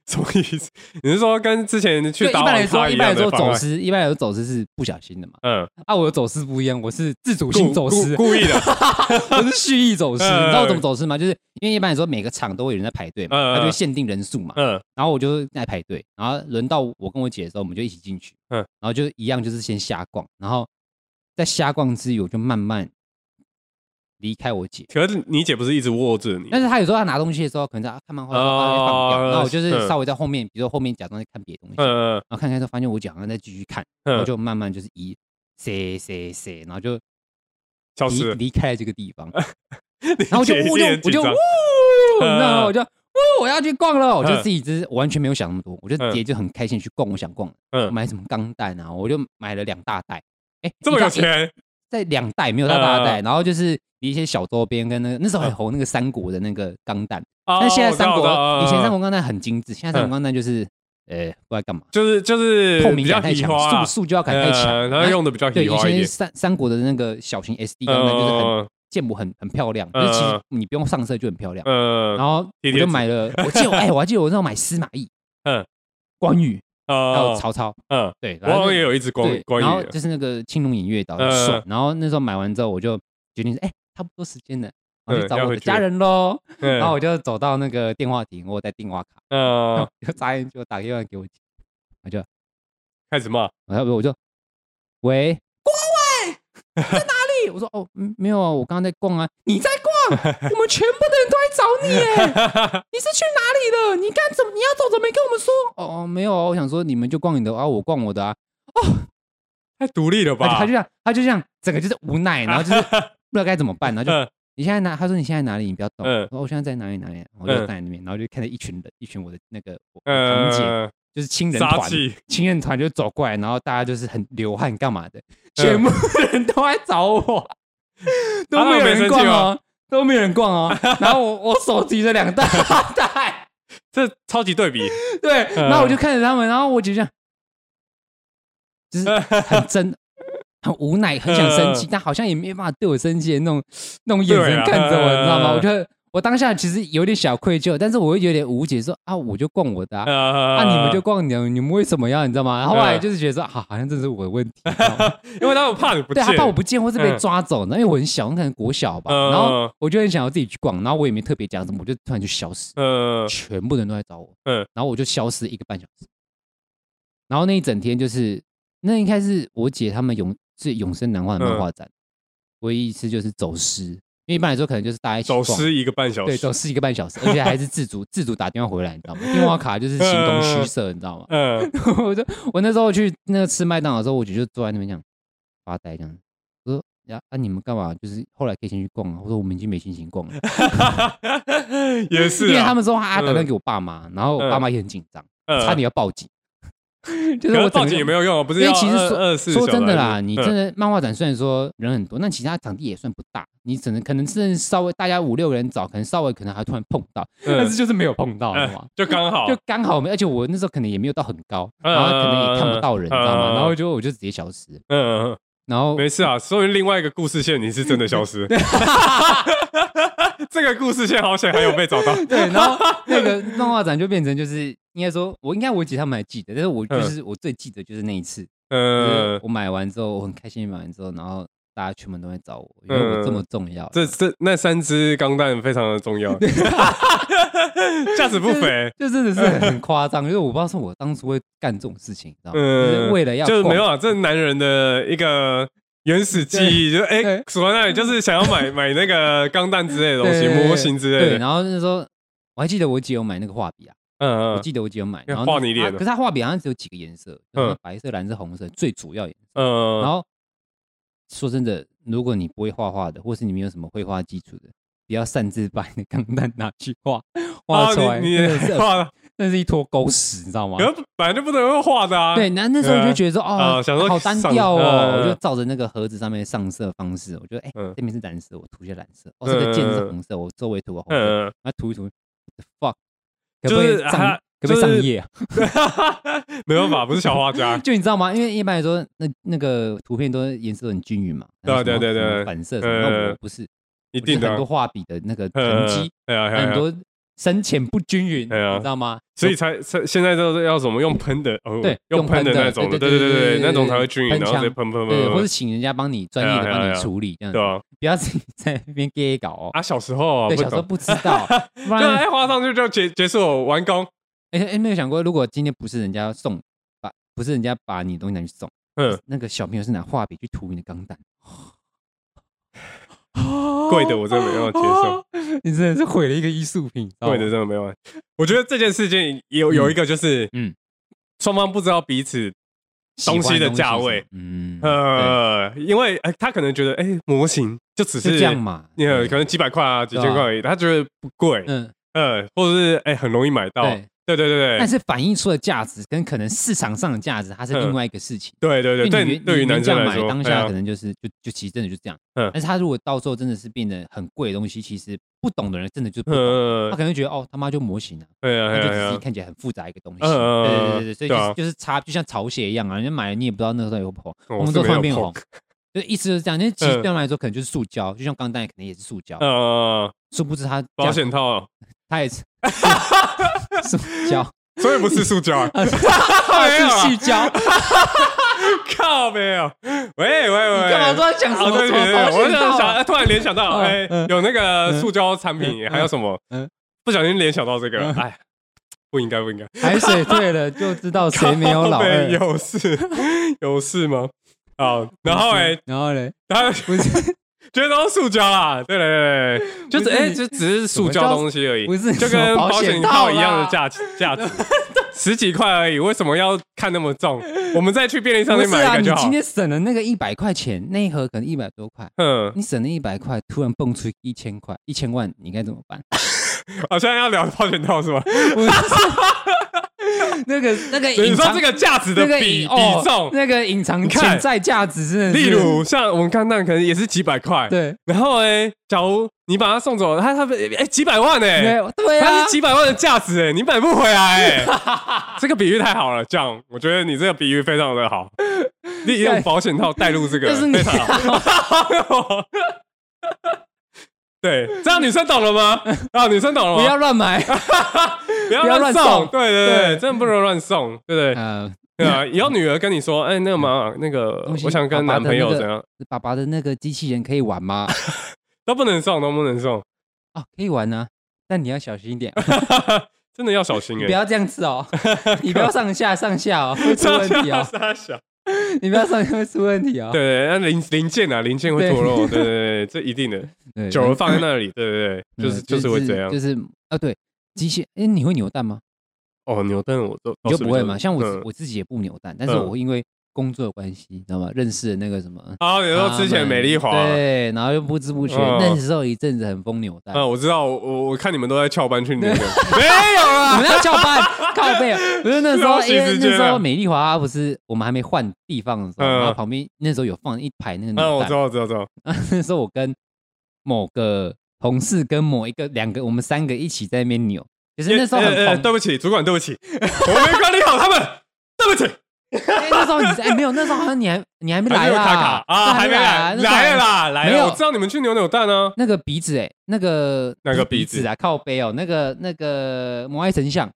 [SPEAKER 3] 什么意思？你是说跟之前
[SPEAKER 2] 就
[SPEAKER 3] 去
[SPEAKER 2] 一
[SPEAKER 3] 打
[SPEAKER 2] 般来
[SPEAKER 3] 网咖
[SPEAKER 2] 说一
[SPEAKER 3] 一
[SPEAKER 2] 般
[SPEAKER 3] 样
[SPEAKER 2] 来
[SPEAKER 3] 的
[SPEAKER 2] 说
[SPEAKER 3] 方
[SPEAKER 2] 走
[SPEAKER 3] 案？
[SPEAKER 2] 失一般来说走失是不小心的嘛，
[SPEAKER 3] 嗯，
[SPEAKER 2] 啊我的走失不一样，我是自主性
[SPEAKER 3] 故
[SPEAKER 2] 走失
[SPEAKER 3] 故，故意的，
[SPEAKER 2] 我是蓄意走失，
[SPEAKER 3] 嗯
[SPEAKER 2] 你知道我怎么走失吗？就是因为一般来说每个场都会有人在排队
[SPEAKER 3] 嗯
[SPEAKER 2] 嘛，
[SPEAKER 3] 嗯
[SPEAKER 2] 他就限定人数嘛，
[SPEAKER 3] 嗯
[SPEAKER 2] 然后我就在排队，然后轮到我跟我姐的时候，我们就一起进去，
[SPEAKER 3] 嗯
[SPEAKER 2] 嗯，然后就一样就是先瞎逛，然后在瞎逛之余，我就慢慢离开我姐。
[SPEAKER 3] 可是你姐不是一直握着你？
[SPEAKER 2] 但是她有时候她拿东西的时候，可能在啊看漫画的时候，她会放掉，
[SPEAKER 3] 哦
[SPEAKER 2] 然后我就是
[SPEAKER 3] 嗯
[SPEAKER 2] 稍微在后面，比如说后面假装在看别的东西，然
[SPEAKER 3] 嗯
[SPEAKER 2] 后看看之后发现我姐好像在继续看，然后
[SPEAKER 3] 嗯嗯，
[SPEAKER 2] 就慢慢就是一塞塞塞，然后就
[SPEAKER 3] 消
[SPEAKER 2] 离
[SPEAKER 3] 失了。
[SPEAKER 2] 离开了这个地方，
[SPEAKER 3] 你
[SPEAKER 2] 然后我就
[SPEAKER 3] 姐一
[SPEAKER 2] 我
[SPEAKER 3] 定
[SPEAKER 2] 就
[SPEAKER 3] 很
[SPEAKER 2] 我
[SPEAKER 3] 紧
[SPEAKER 2] 就
[SPEAKER 3] 张
[SPEAKER 2] 呜，你知道吗？我就呜，我要去逛了，我就
[SPEAKER 3] 嗯
[SPEAKER 2] 自己就是完全没有想那么多，我就直
[SPEAKER 3] 嗯
[SPEAKER 2] 接就很开心去逛我想逛的。
[SPEAKER 3] 嗯，
[SPEAKER 2] 买什么钢弹啊，我就买了两大袋，哎、
[SPEAKER 3] 这么
[SPEAKER 2] 一大
[SPEAKER 3] 有，钱，
[SPEAKER 2] 在两袋没有到大袋，
[SPEAKER 3] 嗯
[SPEAKER 2] 然后就是一些小周边跟那个那时候很红那个三国的那个钢弹，但
[SPEAKER 3] 但
[SPEAKER 2] 现在三国以前三
[SPEAKER 3] 国
[SPEAKER 2] 国钢弹很精致，现在三国钢弹就是呃不知道干嘛，
[SPEAKER 3] 就是就是
[SPEAKER 2] 透明
[SPEAKER 3] 嗯呃比较
[SPEAKER 2] 感太
[SPEAKER 3] 移
[SPEAKER 2] 强，
[SPEAKER 3] 花
[SPEAKER 2] 塑
[SPEAKER 3] 啊
[SPEAKER 2] 塑胶感太强，
[SPEAKER 3] 嗯然后用的比较
[SPEAKER 2] 对
[SPEAKER 3] 移
[SPEAKER 2] 以
[SPEAKER 3] 花一
[SPEAKER 2] 前
[SPEAKER 3] 点，
[SPEAKER 2] 三三国的那个小型 SD 钢弹就是很
[SPEAKER 3] 嗯
[SPEAKER 2] 建模很很漂亮，就
[SPEAKER 3] 嗯
[SPEAKER 2] 是其实你不用上色就很漂亮。然
[SPEAKER 3] 嗯
[SPEAKER 2] 后我
[SPEAKER 3] 贴贴纸
[SPEAKER 2] 就买了，我记得我哎，我还记得我那时候买司马懿，
[SPEAKER 3] 嗯，
[SPEAKER 2] 关羽还有
[SPEAKER 3] 嗯
[SPEAKER 2] 曹操，
[SPEAKER 3] 嗯，
[SPEAKER 2] 对，
[SPEAKER 3] 我
[SPEAKER 2] 然后
[SPEAKER 3] 好
[SPEAKER 2] 就
[SPEAKER 3] 像也有一只光
[SPEAKER 2] 对，
[SPEAKER 3] 光
[SPEAKER 2] 然后
[SPEAKER 3] 影的，
[SPEAKER 2] 就是那个青龙偃月刀，很
[SPEAKER 3] 嗯
[SPEAKER 2] 爽。然后那时候买完之后，我就决定，哎，差不多时间了，我去
[SPEAKER 3] 嗯
[SPEAKER 2] 找
[SPEAKER 3] 要
[SPEAKER 2] 我
[SPEAKER 3] 回
[SPEAKER 2] 的
[SPEAKER 3] 去
[SPEAKER 2] 家人喽。
[SPEAKER 3] 嗯
[SPEAKER 2] 然后我就走到那个电话亭，我有带电话卡，然
[SPEAKER 3] 嗯
[SPEAKER 2] 后，就 眨眼就打电话给我姐，我就，
[SPEAKER 3] 开始骂，
[SPEAKER 2] 然后我就，喂，郭伟在哪里？ 我说哦，嗯没有啊，我刚刚在逛啊。你在逛？我们全部的人都来找你耶。 你是去哪里了？你干怎么？你要走怎么没跟我们说？哦哦，没有啊，我想说你们就逛你的啊，我逛我的啊。
[SPEAKER 3] 太独立了
[SPEAKER 2] 他就
[SPEAKER 3] 吧
[SPEAKER 2] 他就？这样，他就这样，整个就是无奈，然后就是不知道该怎么办，然后就
[SPEAKER 3] 嗯
[SPEAKER 2] 你现在哪？他说你现在哪里？你不要动。
[SPEAKER 3] 嗯
[SPEAKER 2] 我说我现在在哪里哪里，我就
[SPEAKER 3] 嗯
[SPEAKER 2] 在那边，然后就看到一群人，一群我的那个我我堂姐，
[SPEAKER 3] 嗯，
[SPEAKER 2] 就是亲人
[SPEAKER 3] 杀
[SPEAKER 2] 团，
[SPEAKER 3] 气，
[SPEAKER 2] 亲人团就走过来，然后大家就是很流汗干嘛的，
[SPEAKER 3] 嗯
[SPEAKER 2] 全部人都来找 我，都没有人逛
[SPEAKER 3] 他
[SPEAKER 2] 哦，都没有人逛哦。然后我我手提着两大袋，
[SPEAKER 3] 这超 级对比，
[SPEAKER 2] 对，
[SPEAKER 3] 嗯
[SPEAKER 2] 然后我就看着他们，然后我就这样，就是很真、很无奈，很想生气，
[SPEAKER 3] 嗯
[SPEAKER 2] 但好像也没办法对我生气的那种那种眼
[SPEAKER 3] 对
[SPEAKER 2] 神
[SPEAKER 3] 啊
[SPEAKER 2] 看着我，你知道吗？
[SPEAKER 3] 嗯
[SPEAKER 2] 我觉得我当下其实有点小愧疚，但是我又有点无解说，啊，我就逛我的啊。
[SPEAKER 3] 啊
[SPEAKER 2] 啊！你们就逛你的，你们为什么要你知道吗？然后后
[SPEAKER 3] 呃
[SPEAKER 2] 来就是觉得说，啊，好像这是我的问 题，你知道吗
[SPEAKER 3] 因为他们怕你不
[SPEAKER 2] 对
[SPEAKER 3] 见，
[SPEAKER 2] 他怕我不见或是被
[SPEAKER 3] 嗯
[SPEAKER 2] 抓走，那因为我很小，我可能国小吧，
[SPEAKER 3] 嗯
[SPEAKER 2] 然后我就很想要自己去逛，然后我也没特别讲什么，我就突然就消失，
[SPEAKER 3] 嗯
[SPEAKER 2] 全部人都在找我，
[SPEAKER 3] 嗯
[SPEAKER 2] 嗯，然后我就消失一个半小时，然后那一整天就是，那应该是我姐他们永是永生难忘的漫画
[SPEAKER 3] 嗯
[SPEAKER 2] 展，唯一一次就是走失，因为一般来说可能就是大家一起
[SPEAKER 3] 走
[SPEAKER 2] 逛
[SPEAKER 3] 失一个半小
[SPEAKER 2] 对，
[SPEAKER 3] 时，
[SPEAKER 2] 走失一个半小时，而且还是自主自主打电话回来，你知道吗？电话卡就是形 同虚设，你知道吗？
[SPEAKER 3] 嗯，
[SPEAKER 2] 我就我那时候去那个吃麦当劳的时候，我姐就坐在那边这样发呆这样子，我说呀啊你们干嘛？就是后来可以先去逛啊，我说我们已经没心情逛了。
[SPEAKER 3] 也 是啊，
[SPEAKER 2] 因为他们说啊，打电话
[SPEAKER 3] 嗯
[SPEAKER 2] 给我爸妈，然后我爸妈也很紧张，
[SPEAKER 3] 嗯
[SPEAKER 2] 差点要 报警。就
[SPEAKER 3] 可
[SPEAKER 2] 是我整
[SPEAKER 3] 是
[SPEAKER 2] 个
[SPEAKER 3] 报警也没有用啊，不是
[SPEAKER 2] 因为
[SPEAKER 3] 要
[SPEAKER 2] 其实
[SPEAKER 3] 二
[SPEAKER 2] 说
[SPEAKER 3] 二十四
[SPEAKER 2] 说真的
[SPEAKER 3] 小嗯呃
[SPEAKER 2] 啦，
[SPEAKER 3] 时
[SPEAKER 2] 你真的漫画展虽然说人很多，但其实它场地也算不大，你只能可能是稍微大家五六个人找，可能稍微可能还突然碰到，
[SPEAKER 3] 嗯
[SPEAKER 2] 但是就是没有碰到，
[SPEAKER 3] 嗯
[SPEAKER 2] 好吗？
[SPEAKER 3] 就刚好
[SPEAKER 2] 就刚好没，而且我那时候可能也没有到很高，
[SPEAKER 3] 嗯
[SPEAKER 2] 然后可能也看不到人，你
[SPEAKER 3] 嗯
[SPEAKER 2] 知道吗？
[SPEAKER 3] 嗯
[SPEAKER 2] 然后就我就直接消失，
[SPEAKER 3] 嗯，
[SPEAKER 2] 然后
[SPEAKER 3] 嗯没事啊，说明另外一个故事线你是真的消失，这个故事线好险还有被找 到，
[SPEAKER 2] 对，然后那个漫画展就变成就是应该说，我应该我姐他们还记得，但是嗯我就是我最记得就是那一次，就是
[SPEAKER 3] 嗯
[SPEAKER 2] 我买完之后，我很开心买完之后，然后大家全部都会找我，因为我这么重要。
[SPEAKER 3] 这这那三只钢蛋非常的 重要， 价值不菲。
[SPEAKER 2] 就真的是很夸张，因为我不知道是我当初会干这种事情，你知道吗？就是
[SPEAKER 3] 嗯，
[SPEAKER 2] 为了要
[SPEAKER 3] 就是没办
[SPEAKER 2] 有
[SPEAKER 3] 法，这男人的一个原始记忆，就是哎
[SPEAKER 2] 对，
[SPEAKER 3] 数完那里就是想要 买买那个钢弹之类的东西，模型之类
[SPEAKER 2] 对，
[SPEAKER 3] 的。
[SPEAKER 2] 然后那时候我还记得我姐有买那个画笔啊，
[SPEAKER 3] 嗯
[SPEAKER 2] 我
[SPEAKER 3] 嗯
[SPEAKER 2] 记得我姐有买，
[SPEAKER 3] 要
[SPEAKER 2] 然后
[SPEAKER 3] 画你脸
[SPEAKER 2] 啊
[SPEAKER 3] 的
[SPEAKER 2] 可是它画笔好像只有几个颜色，就是
[SPEAKER 3] 嗯
[SPEAKER 2] 白色、蓝色、红色最主要颜色。
[SPEAKER 3] 嗯，
[SPEAKER 2] 然后说真的，如果你不会画画的，或是你没有什么绘画基础的，不要擅自把你的钢弹拿去画，画
[SPEAKER 3] 啊
[SPEAKER 2] 出来
[SPEAKER 3] 你
[SPEAKER 2] 真 的
[SPEAKER 3] 你
[SPEAKER 2] 是
[SPEAKER 3] 画了，
[SPEAKER 2] 那是一坨狗屎，你知道吗
[SPEAKER 3] 可？是本来就不能用画的啊。
[SPEAKER 2] 对，，那那时候我就
[SPEAKER 3] 呃
[SPEAKER 2] 觉得说，哦
[SPEAKER 3] 啊，想说
[SPEAKER 2] 好单
[SPEAKER 3] 上
[SPEAKER 2] 调哦，
[SPEAKER 3] 呃
[SPEAKER 2] 我就照着那个盒子上面上色方式，我觉得，哎，
[SPEAKER 3] 嗯
[SPEAKER 2] 这边是蓝色，我涂些蓝色，哦，这个键是
[SPEAKER 3] 嗯
[SPEAKER 2] 红色，我周围涂个红色，
[SPEAKER 3] 嗯，
[SPEAKER 2] 那涂一涂，fuck，可不
[SPEAKER 3] 就
[SPEAKER 2] 可以
[SPEAKER 3] 是
[SPEAKER 2] 上
[SPEAKER 3] 他，
[SPEAKER 2] 可不可以上页啊？。
[SPEAKER 3] 嗯没办法，不是小画家
[SPEAKER 2] 就你知道吗？因为一般来说，那那个图片都颜色都很均匀嘛，
[SPEAKER 3] 对
[SPEAKER 2] 然
[SPEAKER 3] 啊
[SPEAKER 2] 后什么
[SPEAKER 3] 对啊对
[SPEAKER 2] 什
[SPEAKER 3] 啊
[SPEAKER 2] 么
[SPEAKER 3] 对啊
[SPEAKER 2] 反射什么，那我
[SPEAKER 3] 呃
[SPEAKER 2] 不是，我
[SPEAKER 3] 一
[SPEAKER 2] 就
[SPEAKER 3] 定的
[SPEAKER 2] 很
[SPEAKER 3] 啊
[SPEAKER 2] 多，画笔的那个痕
[SPEAKER 3] 嗯
[SPEAKER 2] 迹，，
[SPEAKER 3] 哎呀哎
[SPEAKER 2] 很
[SPEAKER 3] 呀，
[SPEAKER 2] 多深浅不均匀，
[SPEAKER 3] 对啊
[SPEAKER 2] 你知道吗？
[SPEAKER 3] 所以才才现在都是要什么用喷的哦，
[SPEAKER 2] 对
[SPEAKER 3] 用
[SPEAKER 2] 用喷
[SPEAKER 3] 喷的
[SPEAKER 2] 的
[SPEAKER 3] 那种
[SPEAKER 2] 对
[SPEAKER 3] 的，对
[SPEAKER 2] 对对
[SPEAKER 3] 对对
[SPEAKER 2] 对
[SPEAKER 3] 对，
[SPEAKER 2] 对
[SPEAKER 3] 那种才会均匀，
[SPEAKER 2] 喷
[SPEAKER 3] 然后再
[SPEAKER 2] 枪
[SPEAKER 3] 喷喷
[SPEAKER 2] 对，
[SPEAKER 3] 喷，
[SPEAKER 2] 或是请人家帮你专业
[SPEAKER 3] 哎
[SPEAKER 2] 的
[SPEAKER 3] 呀哎
[SPEAKER 2] 帮
[SPEAKER 3] 呀
[SPEAKER 2] 你处理这样子
[SPEAKER 3] 对，啊，
[SPEAKER 2] 不要自己在那边 gay 搞哦。
[SPEAKER 3] 啊，小时候啊，
[SPEAKER 2] 对，
[SPEAKER 3] 不
[SPEAKER 2] 小时候
[SPEAKER 3] 懂，
[SPEAKER 2] 不知 道，不
[SPEAKER 3] 就
[SPEAKER 2] 然
[SPEAKER 3] 哎画上去就结结束完工，
[SPEAKER 2] 哎哎没有想过，如果今天不是人家送，把不是人家把你的东西拿去送，
[SPEAKER 3] 嗯，
[SPEAKER 2] 那个小朋友是拿画笔去涂你的钢弹，
[SPEAKER 3] 贵的我真的没办法接受，
[SPEAKER 2] 你真的是毁了一个艺术品，
[SPEAKER 3] 贵的真的没办法。我觉得这件事情有有一个就是，
[SPEAKER 2] 哦嗯
[SPEAKER 3] 嗯，双方不知道彼此
[SPEAKER 2] 东
[SPEAKER 3] 东西的价位，
[SPEAKER 2] 嗯，呃，
[SPEAKER 3] 呃，因为呃他可能觉得哎模型就只
[SPEAKER 2] 就是这样嘛，
[SPEAKER 3] 你
[SPEAKER 2] 对
[SPEAKER 3] 可能几百块啊，几千块而已，他觉得不贵，
[SPEAKER 2] 嗯，
[SPEAKER 3] 呃，或者是哎很容易买到，
[SPEAKER 2] 对。
[SPEAKER 3] 对对对
[SPEAKER 2] 但
[SPEAKER 3] 对。
[SPEAKER 2] 是反映出的价值跟可能市场上的价值，它是另
[SPEAKER 3] 嗯
[SPEAKER 2] 外一个事情。
[SPEAKER 3] 对对对，
[SPEAKER 2] 因为你
[SPEAKER 3] 对
[SPEAKER 2] 原
[SPEAKER 3] 对于
[SPEAKER 2] 你原
[SPEAKER 3] 男生
[SPEAKER 2] 价
[SPEAKER 3] 来
[SPEAKER 2] 买
[SPEAKER 3] 说，
[SPEAKER 2] 当
[SPEAKER 3] 哎
[SPEAKER 2] 下
[SPEAKER 3] 呀
[SPEAKER 2] 可能就是就就其实真的就这样。
[SPEAKER 3] 嗯
[SPEAKER 2] 但是他如果到时候真的是变得很贵的东西，其实不懂的人真的就不懂，
[SPEAKER 3] 嗯
[SPEAKER 2] 他可能觉得哦他妈就模型啊，
[SPEAKER 3] 对啊，
[SPEAKER 2] 它就
[SPEAKER 3] 对
[SPEAKER 2] 只是
[SPEAKER 3] 啊，
[SPEAKER 2] 看起来很复杂一个东西。
[SPEAKER 3] 嗯嗯
[SPEAKER 2] 对
[SPEAKER 3] 嗯
[SPEAKER 2] 对对对，所以就
[SPEAKER 3] 对
[SPEAKER 2] 是
[SPEAKER 3] 啊
[SPEAKER 2] 就是差，就像潮鞋一样啊，人家买了你也不知道那时候有不红，
[SPEAKER 3] 我
[SPEAKER 2] 我们
[SPEAKER 3] 是
[SPEAKER 2] 都突
[SPEAKER 3] 没
[SPEAKER 2] 然
[SPEAKER 3] 哦有
[SPEAKER 2] 变
[SPEAKER 3] 碰
[SPEAKER 2] 红。对，意思就是这样。因为其实
[SPEAKER 3] 嗯
[SPEAKER 2] 对他们来说，可能就是塑胶，就像钢弹可能也是塑胶，
[SPEAKER 3] 呃，
[SPEAKER 2] 殊不知它
[SPEAKER 3] 保险套，
[SPEAKER 2] 它 也是塑胶，
[SPEAKER 3] 所以不是塑胶，啊
[SPEAKER 2] 它是
[SPEAKER 3] 没有啊
[SPEAKER 2] 塑胶。
[SPEAKER 3] 靠没有，喂喂喂，
[SPEAKER 2] 干嘛突然 讲什
[SPEAKER 3] 啊？
[SPEAKER 2] 么
[SPEAKER 3] 对
[SPEAKER 2] 什
[SPEAKER 3] 对对，
[SPEAKER 2] 么
[SPEAKER 3] 我
[SPEAKER 2] 保险
[SPEAKER 3] 想
[SPEAKER 2] 套啊？
[SPEAKER 3] 想，突然联想到，
[SPEAKER 2] 嗯
[SPEAKER 3] 哎
[SPEAKER 2] 嗯，
[SPEAKER 3] 有那
[SPEAKER 2] 嗯
[SPEAKER 3] 个塑胶产品，
[SPEAKER 2] 嗯
[SPEAKER 3] 还有什么
[SPEAKER 2] 嗯？
[SPEAKER 3] 不小心联想到这个
[SPEAKER 2] 嗯，
[SPEAKER 3] 哎，不应该不应该，
[SPEAKER 2] 海水退了就知道谁没有 老
[SPEAKER 3] 靠北
[SPEAKER 2] 二。
[SPEAKER 3] 有事有事吗？啊，然后哎，
[SPEAKER 2] 然后嘞，
[SPEAKER 3] 他
[SPEAKER 2] 不是
[SPEAKER 3] 觉得都是塑胶啦，对对对对，就只
[SPEAKER 2] 不是
[SPEAKER 3] 哎，
[SPEAKER 2] 你
[SPEAKER 3] 就只是塑胶东西而已，
[SPEAKER 2] 不是
[SPEAKER 3] 就
[SPEAKER 2] 什么
[SPEAKER 3] 跟保
[SPEAKER 2] 险
[SPEAKER 3] 险套
[SPEAKER 2] 啦
[SPEAKER 3] 一样的，价值价 值，十几块而已，为什么要看那么重？我们再去便利商
[SPEAKER 2] 不
[SPEAKER 3] 店
[SPEAKER 2] 是
[SPEAKER 3] 买一
[SPEAKER 2] 啊？
[SPEAKER 3] 个
[SPEAKER 2] 你
[SPEAKER 3] 就好
[SPEAKER 2] 今。天省了那个一百块钱，那一盒可能一百多块，
[SPEAKER 3] 嗯，
[SPEAKER 2] 你省了一百块，突然蹦出一千块，一千万，你该怎么 办？
[SPEAKER 3] 好像哦要聊保险套是吧？
[SPEAKER 2] 不是那个 那个
[SPEAKER 3] 你
[SPEAKER 2] 隐
[SPEAKER 3] 说
[SPEAKER 2] 藏
[SPEAKER 3] 这个价值的
[SPEAKER 2] 那个
[SPEAKER 3] 比
[SPEAKER 2] 隐
[SPEAKER 3] 比
[SPEAKER 2] 哦
[SPEAKER 3] 重，
[SPEAKER 2] 那个隐藏
[SPEAKER 3] 你看
[SPEAKER 2] 潜在价值真的是，
[SPEAKER 3] 例如像我们看那可能也是几百块，
[SPEAKER 2] 对
[SPEAKER 3] 然后哎，假如你把它送走了，它它哎几百万
[SPEAKER 2] 没
[SPEAKER 3] 哎，
[SPEAKER 2] 有对啊
[SPEAKER 3] 它是，几百万的价值哎，你买不 回来哎，这个比喻太好了，这样我觉得你这个比喻非常的好，利用保险套带入这个
[SPEAKER 2] 但是你
[SPEAKER 3] 非常 好。对，这样女生懂了吗？啊，女生懂了吗？
[SPEAKER 2] 不要乱买。
[SPEAKER 3] 不要
[SPEAKER 2] 不要
[SPEAKER 3] 乱
[SPEAKER 2] 乱
[SPEAKER 3] 送
[SPEAKER 2] 送，
[SPEAKER 3] 对对对，
[SPEAKER 2] 对
[SPEAKER 3] 真的不能乱送，对不对？
[SPEAKER 2] 呃，
[SPEAKER 3] 对啊，以后女儿跟你说，哎，那个妈妈，那个
[SPEAKER 2] 东西
[SPEAKER 3] 我想跟男朋友怎样，
[SPEAKER 2] 爸爸的那个机器人可以玩吗？
[SPEAKER 3] 都不能送，都不能送，
[SPEAKER 2] 啊，可以玩啊，但你要小心一 点，
[SPEAKER 3] 真的要小心
[SPEAKER 2] 你不
[SPEAKER 3] 哎。
[SPEAKER 2] 要这样子哦， 你不要上下上下哦，会出
[SPEAKER 3] 杀
[SPEAKER 2] 问题
[SPEAKER 3] 小，
[SPEAKER 2] 哦，
[SPEAKER 3] 杀小，
[SPEAKER 2] 你不要上下会出问题哦。
[SPEAKER 3] 对对，那零零件啊，零件会脱落，对对对，这一定的，
[SPEAKER 2] 对嗯
[SPEAKER 3] 久了放在那里，对对对，就是就是会这样
[SPEAKER 2] 就。是啊，对，机械，哎，你会扭蛋吗？
[SPEAKER 3] 哦，牛顿我都
[SPEAKER 2] 你就不会嘛？像我自
[SPEAKER 3] 嗯
[SPEAKER 2] 我自己也不扭蛋，但是
[SPEAKER 3] 嗯
[SPEAKER 2] 我因为工作的关系，你知道吗？认识了那个什 么。
[SPEAKER 3] 啊，你说之前美丽华，啊
[SPEAKER 2] 对，然后又不知不觉，
[SPEAKER 3] 嗯
[SPEAKER 2] 那时候一阵子很疯扭蛋，
[SPEAKER 3] 啊，我知道，我我我看你们都在翘班去牛顿，没 有
[SPEAKER 2] 我
[SPEAKER 3] 啊
[SPEAKER 2] 们，要翘班，靠背。啊不是那时候，
[SPEAKER 3] 休息
[SPEAKER 2] 因为
[SPEAKER 3] 时
[SPEAKER 2] 那
[SPEAKER 3] 间
[SPEAKER 2] 时候
[SPEAKER 3] 啊
[SPEAKER 2] 美丽华不是我们还没换地方的时候，
[SPEAKER 3] 嗯
[SPEAKER 2] 然后旁边那时候有放一排那 个
[SPEAKER 3] 啊，
[SPEAKER 2] 扭
[SPEAKER 3] 我知
[SPEAKER 2] 蛋。
[SPEAKER 3] 道，我知道，知道，
[SPEAKER 2] 那时候我跟某个同事跟某一个两个，我们三个一起在那边扭，就是那时候很
[SPEAKER 3] 呃呃
[SPEAKER 2] 疯。
[SPEAKER 3] 对不起，主管，对不起，我没管理好他们，对不起。
[SPEAKER 2] 哎那时候你哎没有，那时候好像你还你还没来
[SPEAKER 3] 还没有
[SPEAKER 2] 啦，
[SPEAKER 3] 卡卡啊，
[SPEAKER 2] 对
[SPEAKER 3] 还没来，
[SPEAKER 2] 那时候还
[SPEAKER 3] 来了啦，来
[SPEAKER 2] 没有
[SPEAKER 3] 了，我知道你们去扭扭蛋啊，
[SPEAKER 2] 那个鼻子哎，那个
[SPEAKER 3] 那个
[SPEAKER 2] 不是鼻
[SPEAKER 3] 鼻子
[SPEAKER 2] 啊，靠背哦，那个那个摩埃神像，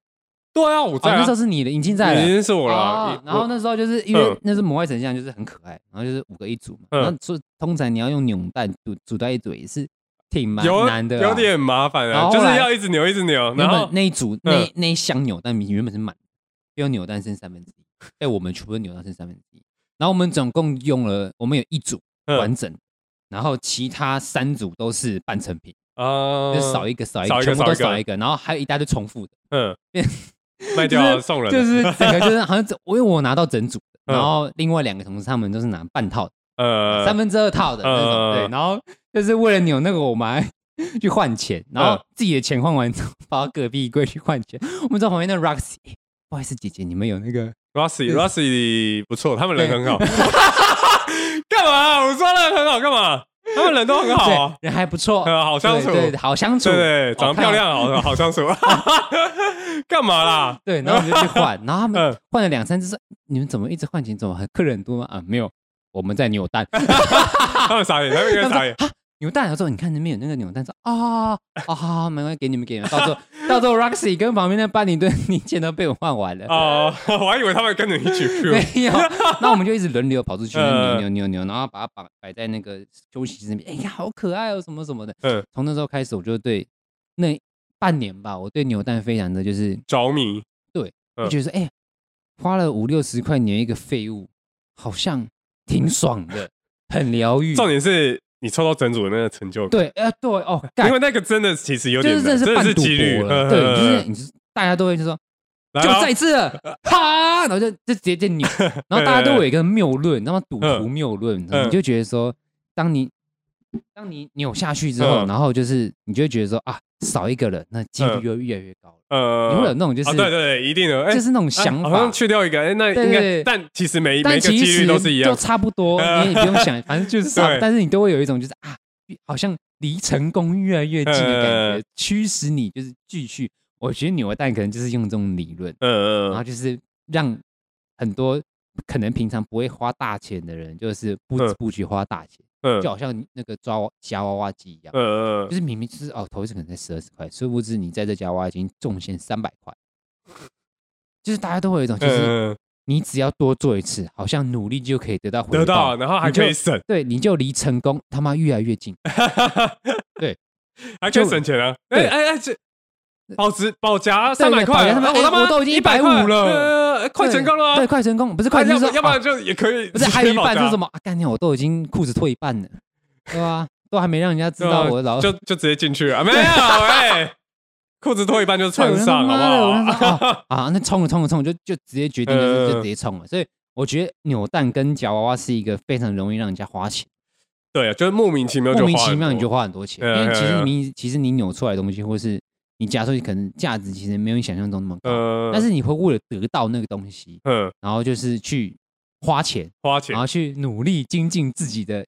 [SPEAKER 3] 对啊，我在
[SPEAKER 2] 啊，
[SPEAKER 3] 啊，
[SPEAKER 2] 那时候是你的，已经在
[SPEAKER 3] 已
[SPEAKER 2] 了。
[SPEAKER 3] 经是我了啊
[SPEAKER 2] 哦，
[SPEAKER 3] 你
[SPEAKER 2] 然后
[SPEAKER 3] 我
[SPEAKER 2] 那时候就是因为
[SPEAKER 3] 嗯
[SPEAKER 2] 那是魔怪神像，就是很可爱，然后就是五个一组嘛，
[SPEAKER 3] 嗯
[SPEAKER 2] 然后说通常你要用扭蛋组组到一组也是挺蛮
[SPEAKER 3] 有
[SPEAKER 2] 难的啊，
[SPEAKER 3] 有点麻烦
[SPEAKER 2] 然后
[SPEAKER 3] 啊，
[SPEAKER 2] 后
[SPEAKER 3] 就是
[SPEAKER 2] 来
[SPEAKER 3] 要一直扭，一直扭，
[SPEAKER 2] 原
[SPEAKER 3] 然
[SPEAKER 2] 本
[SPEAKER 3] 后嗯
[SPEAKER 2] 那一组那那一箱扭蛋原本是满的，要扭蛋剩三分之一， 被我们全部扭蛋剩三分之一。然后我们总共用了，我们有一组
[SPEAKER 3] 嗯
[SPEAKER 2] 完整，然后其他三组都是半成品，
[SPEAKER 3] 啊
[SPEAKER 2] 就少一个少一
[SPEAKER 3] 少
[SPEAKER 2] 个，
[SPEAKER 3] 一个
[SPEAKER 2] 全部都
[SPEAKER 3] 少一个
[SPEAKER 2] 少一个，然后还有一大堆重复的，
[SPEAKER 3] 嗯
[SPEAKER 2] 变，
[SPEAKER 3] 卖掉
[SPEAKER 2] 就
[SPEAKER 3] 了
[SPEAKER 2] 是
[SPEAKER 3] 送人了，
[SPEAKER 2] 就是整个就是 好像整因为我拿到整组的，
[SPEAKER 3] 嗯
[SPEAKER 2] 然后另外两个同事他们都是拿半套的，
[SPEAKER 3] 呃
[SPEAKER 2] 三分之二套的那种，
[SPEAKER 3] 呃
[SPEAKER 2] 对，然后就是为了扭那个，我们还 去换钱，然后
[SPEAKER 3] 嗯
[SPEAKER 2] 自己的钱换完之后，跑到隔壁衣柜去换钱。我们在旁边那 Roxy，、欸不好意思，姐姐，你们有那个
[SPEAKER 3] Rossi Rossi 不错，他们人很好。 干嘛啊、我说他人很好干嘛？他们人都很好啊
[SPEAKER 2] 对，人还不错，
[SPEAKER 3] 呃，好相处，
[SPEAKER 2] 对对，好相处，哦
[SPEAKER 3] 对对，长得漂亮，啊好好相 处。干嘛啦？
[SPEAKER 2] 对，然后我们就去换，然后他们
[SPEAKER 3] 嗯
[SPEAKER 2] 换了两三次，说你们怎么一直换钱？怎么还客人很多吗？啊，没有，我们在扭蛋，
[SPEAKER 3] 他们傻眼，他们应 该傻眼。
[SPEAKER 2] 啊，扭蛋，然后说你看那边有那个扭蛋，说啊，哦，好好，没关系，给你们给你们，到时候 到时候 Roxy 跟旁边那班尼顿，你钱都被我换完了。
[SPEAKER 3] 哦， 我还以为他们跟着你一起去。
[SPEAKER 2] 没有，那我们就一直轮流跑出去，扭
[SPEAKER 3] 哦 呃
[SPEAKER 2] 扭扭扭，然后把它摆摆在那个休息室那边。哎呀，好可爱哦，什么什么的。
[SPEAKER 3] 嗯，
[SPEAKER 2] 从那时候开始，我就对那半年吧，我对扭蛋非常的就是，
[SPEAKER 3] 着迷，嗯
[SPEAKER 2] 就觉得说，哎，花了五六十块扭一个废物，好像挺爽的，很疗愈。
[SPEAKER 3] 重点是你抽到整组的那个成就感，
[SPEAKER 2] 对，呃，对哦，干
[SPEAKER 3] 因为那个真的其实有
[SPEAKER 2] 就
[SPEAKER 3] 点
[SPEAKER 2] 是
[SPEAKER 3] 难，
[SPEAKER 2] 这
[SPEAKER 3] 真的
[SPEAKER 2] 半
[SPEAKER 3] 是
[SPEAKER 2] 赌
[SPEAKER 3] 几率
[SPEAKER 2] 博。了，对，就是你就是大家都会就说。
[SPEAKER 3] 来
[SPEAKER 2] 就
[SPEAKER 3] 啊
[SPEAKER 2] 再一次了，哈，然后就就直接就 扭，然后大家都有一个谬论，那么赌徒
[SPEAKER 3] 哎嗯
[SPEAKER 2] 谬论，
[SPEAKER 3] 嗯
[SPEAKER 2] 你就觉得说，当你当你扭下去之后，
[SPEAKER 3] 嗯
[SPEAKER 2] 然后就是你就会觉得说啊，少一个人，那几率就越来越高了，你会有
[SPEAKER 3] 呃，
[SPEAKER 2] 那种就
[SPEAKER 3] 啊，对对
[SPEAKER 2] 是
[SPEAKER 3] 对，一定的，哎
[SPEAKER 2] 就，是那种想
[SPEAKER 3] 啊好
[SPEAKER 2] 法
[SPEAKER 3] 像，去掉一个，哎，那
[SPEAKER 2] 对
[SPEAKER 3] 应
[SPEAKER 2] 对
[SPEAKER 3] 该，但其实每每
[SPEAKER 2] 但
[SPEAKER 3] 一个
[SPEAKER 2] 其
[SPEAKER 3] 几率
[SPEAKER 2] 实
[SPEAKER 3] 都是一
[SPEAKER 2] 就
[SPEAKER 3] 样，
[SPEAKER 2] 差不 多，
[SPEAKER 3] 呃
[SPEAKER 2] 你也不用想，反正 就是差不多，
[SPEAKER 3] 对
[SPEAKER 2] 但是你都会有一种就是啊，好像离成功越来越近的 感觉
[SPEAKER 3] 呃，
[SPEAKER 2] 驱使你就是继续。我觉得扭蛋可能就是用这种理论。
[SPEAKER 3] 嗯
[SPEAKER 2] 然后
[SPEAKER 3] 嗯
[SPEAKER 2] 就是让很多可能平常不会花大钱的人，就是不知
[SPEAKER 3] 嗯
[SPEAKER 2] 不觉花大钱，
[SPEAKER 3] 嗯
[SPEAKER 2] 就好像你那个抓夹娃娃机一样，
[SPEAKER 3] 嗯
[SPEAKER 2] 就是明明就是哦，投资可能才十二十块，殊不知你在这夹娃娃机中陷三百块，就是大家都会有一种，就是
[SPEAKER 3] 嗯，
[SPEAKER 2] 你只要多做一次，好像努力就可以得到回
[SPEAKER 3] 得到，
[SPEAKER 2] 报，
[SPEAKER 3] 然后还
[SPEAKER 2] 你就
[SPEAKER 3] 可以省，
[SPEAKER 2] 对，你就离成功他妈越来越近。
[SPEAKER 3] 哎
[SPEAKER 2] 对，
[SPEAKER 3] 还可以
[SPEAKER 2] 就
[SPEAKER 3] 省钱啊！
[SPEAKER 2] 对
[SPEAKER 3] 哎哎哎，这保值保夹
[SPEAKER 2] 对
[SPEAKER 3] 三百
[SPEAKER 2] 保
[SPEAKER 3] 块，
[SPEAKER 2] 夹300
[SPEAKER 3] 啊我
[SPEAKER 2] 哎
[SPEAKER 3] 他妈
[SPEAKER 2] 我都已经
[SPEAKER 3] 100块
[SPEAKER 2] 150了
[SPEAKER 3] 呃快成功了啊！
[SPEAKER 2] 对，快成功，不是快
[SPEAKER 3] 啊
[SPEAKER 2] 成
[SPEAKER 3] 要
[SPEAKER 2] 功，
[SPEAKER 3] 不要不
[SPEAKER 2] 哦
[SPEAKER 3] 然就也可以，
[SPEAKER 2] 不是还有一半是什
[SPEAKER 3] 么？
[SPEAKER 2] 么？啊干、啊、我都已经裤子脱一半了，对吧、都还没让人家知道
[SPEAKER 3] 对啊
[SPEAKER 2] 我老
[SPEAKER 3] 就就直接进去啊？没有哎，裤子脱一半就穿上，好不
[SPEAKER 2] 对我就他妈的我就说
[SPEAKER 3] 好？
[SPEAKER 2] 啊，那冲了冲了冲了，就就直接决定就是
[SPEAKER 3] 嗯
[SPEAKER 2] 就直接冲了。所以我觉得扭蛋跟夹娃娃是一个非常容易让人家花钱，
[SPEAKER 3] 对啊，就是莫名其妙就
[SPEAKER 2] 莫
[SPEAKER 3] 花
[SPEAKER 2] 名其
[SPEAKER 3] 很
[SPEAKER 2] 妙你就
[SPEAKER 3] 多
[SPEAKER 2] 花很多钱，
[SPEAKER 3] 嗯
[SPEAKER 2] 因为其实
[SPEAKER 3] 嗯
[SPEAKER 2] 你其实你扭出来的东西，或是你夹出去，可能价值其实没有你想象中那么高，
[SPEAKER 3] 呃，
[SPEAKER 2] 但是你会为了得到那个东西，
[SPEAKER 3] 嗯，
[SPEAKER 2] 然后就是去花钱，
[SPEAKER 3] 花
[SPEAKER 2] 然
[SPEAKER 3] 钱
[SPEAKER 2] 后去努力精进自己的，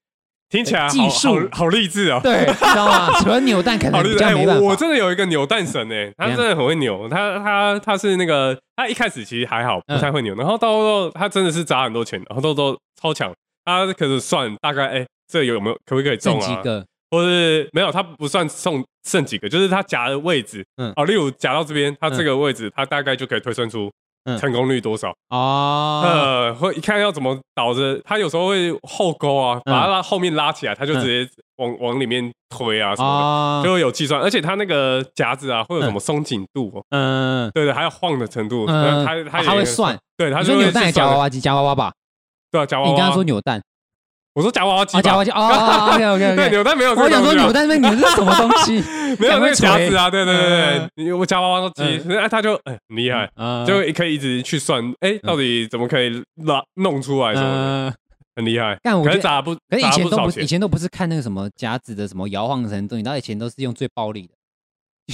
[SPEAKER 3] 听起来好
[SPEAKER 2] 哦技术
[SPEAKER 3] 好好励志啊！
[SPEAKER 2] 对，你知道吗？除了扭蛋可
[SPEAKER 3] 好
[SPEAKER 2] 能
[SPEAKER 3] 励
[SPEAKER 2] 比
[SPEAKER 3] 志！
[SPEAKER 2] 较
[SPEAKER 3] 哎，
[SPEAKER 2] 没办
[SPEAKER 3] 我我
[SPEAKER 2] 法，
[SPEAKER 3] 真的有一个扭蛋神哎，他
[SPEAKER 2] 怎样
[SPEAKER 3] 真的很会扭，他他他是那个他一开始其实还好，
[SPEAKER 2] 嗯
[SPEAKER 3] 不太会扭，然后到后他真的是砸很多钱，然后都都超强，他可是算大概哎这有没有可不可以中
[SPEAKER 2] 剩几
[SPEAKER 3] 啊？
[SPEAKER 2] 个，
[SPEAKER 3] 或是没有，他不算送剩几个，就是他夹的位置，
[SPEAKER 2] 嗯
[SPEAKER 3] 嗯，哦，例如夹到这边，他
[SPEAKER 2] 嗯
[SPEAKER 3] 这个位置，他大概就可以推算出
[SPEAKER 2] 嗯
[SPEAKER 3] 成功率多少，
[SPEAKER 2] 哦，
[SPEAKER 3] 呃，会一看要怎么倒着，他有时候会后勾啊，
[SPEAKER 2] 嗯
[SPEAKER 3] 把他拉后面拉起来，他就直接往往里面推啊什么的。
[SPEAKER 2] 哦
[SPEAKER 3] 就会有计算，而且它那个夹子啊，会有什么松紧度、哦，
[SPEAKER 2] 嗯
[SPEAKER 3] 对对，还有晃的程度，
[SPEAKER 2] 嗯，
[SPEAKER 3] 嗯，它它
[SPEAKER 2] 哦
[SPEAKER 3] 也
[SPEAKER 2] 他会，算。
[SPEAKER 3] 对，它
[SPEAKER 2] 你
[SPEAKER 3] 就
[SPEAKER 2] 说
[SPEAKER 3] 会
[SPEAKER 2] 扭蛋还是
[SPEAKER 3] 去
[SPEAKER 2] 夹娃
[SPEAKER 3] 算的，
[SPEAKER 2] 娃机？夹娃娃吧。
[SPEAKER 3] 对啊，夹娃娃，
[SPEAKER 2] 你刚刚说扭蛋，
[SPEAKER 3] 我说夹娃娃机
[SPEAKER 2] 啊，
[SPEAKER 3] 吧，
[SPEAKER 2] 夹娃 娃机。哦，OK OK
[SPEAKER 3] 对，
[SPEAKER 2] OK。
[SPEAKER 3] 扭蛋没有这
[SPEAKER 2] 我
[SPEAKER 3] 个
[SPEAKER 2] 想
[SPEAKER 3] 东西啊，
[SPEAKER 2] 说扭蛋 那你是什么东西？
[SPEAKER 3] 没有那个夹
[SPEAKER 2] 会
[SPEAKER 3] 子
[SPEAKER 2] 捶
[SPEAKER 3] 啊，对对对
[SPEAKER 2] 嗯
[SPEAKER 3] 对，我夹娃娃机，
[SPEAKER 2] 嗯
[SPEAKER 3] 那、它就 哎很厉害，
[SPEAKER 2] 啊
[SPEAKER 3] 就可以一直去算，哎、到底怎么可以拉弄出来什么的，
[SPEAKER 2] 嗯，
[SPEAKER 3] 很厉害。
[SPEAKER 2] 但我
[SPEAKER 3] 可
[SPEAKER 2] 觉得。
[SPEAKER 3] 是砸不，
[SPEAKER 2] 可是以
[SPEAKER 3] 砸
[SPEAKER 2] 前都
[SPEAKER 3] 少
[SPEAKER 2] 不是，以
[SPEAKER 3] 钱。
[SPEAKER 2] 前都不是看那个什么夹子的什么摇晃程度，你知道以前都是用最暴力的，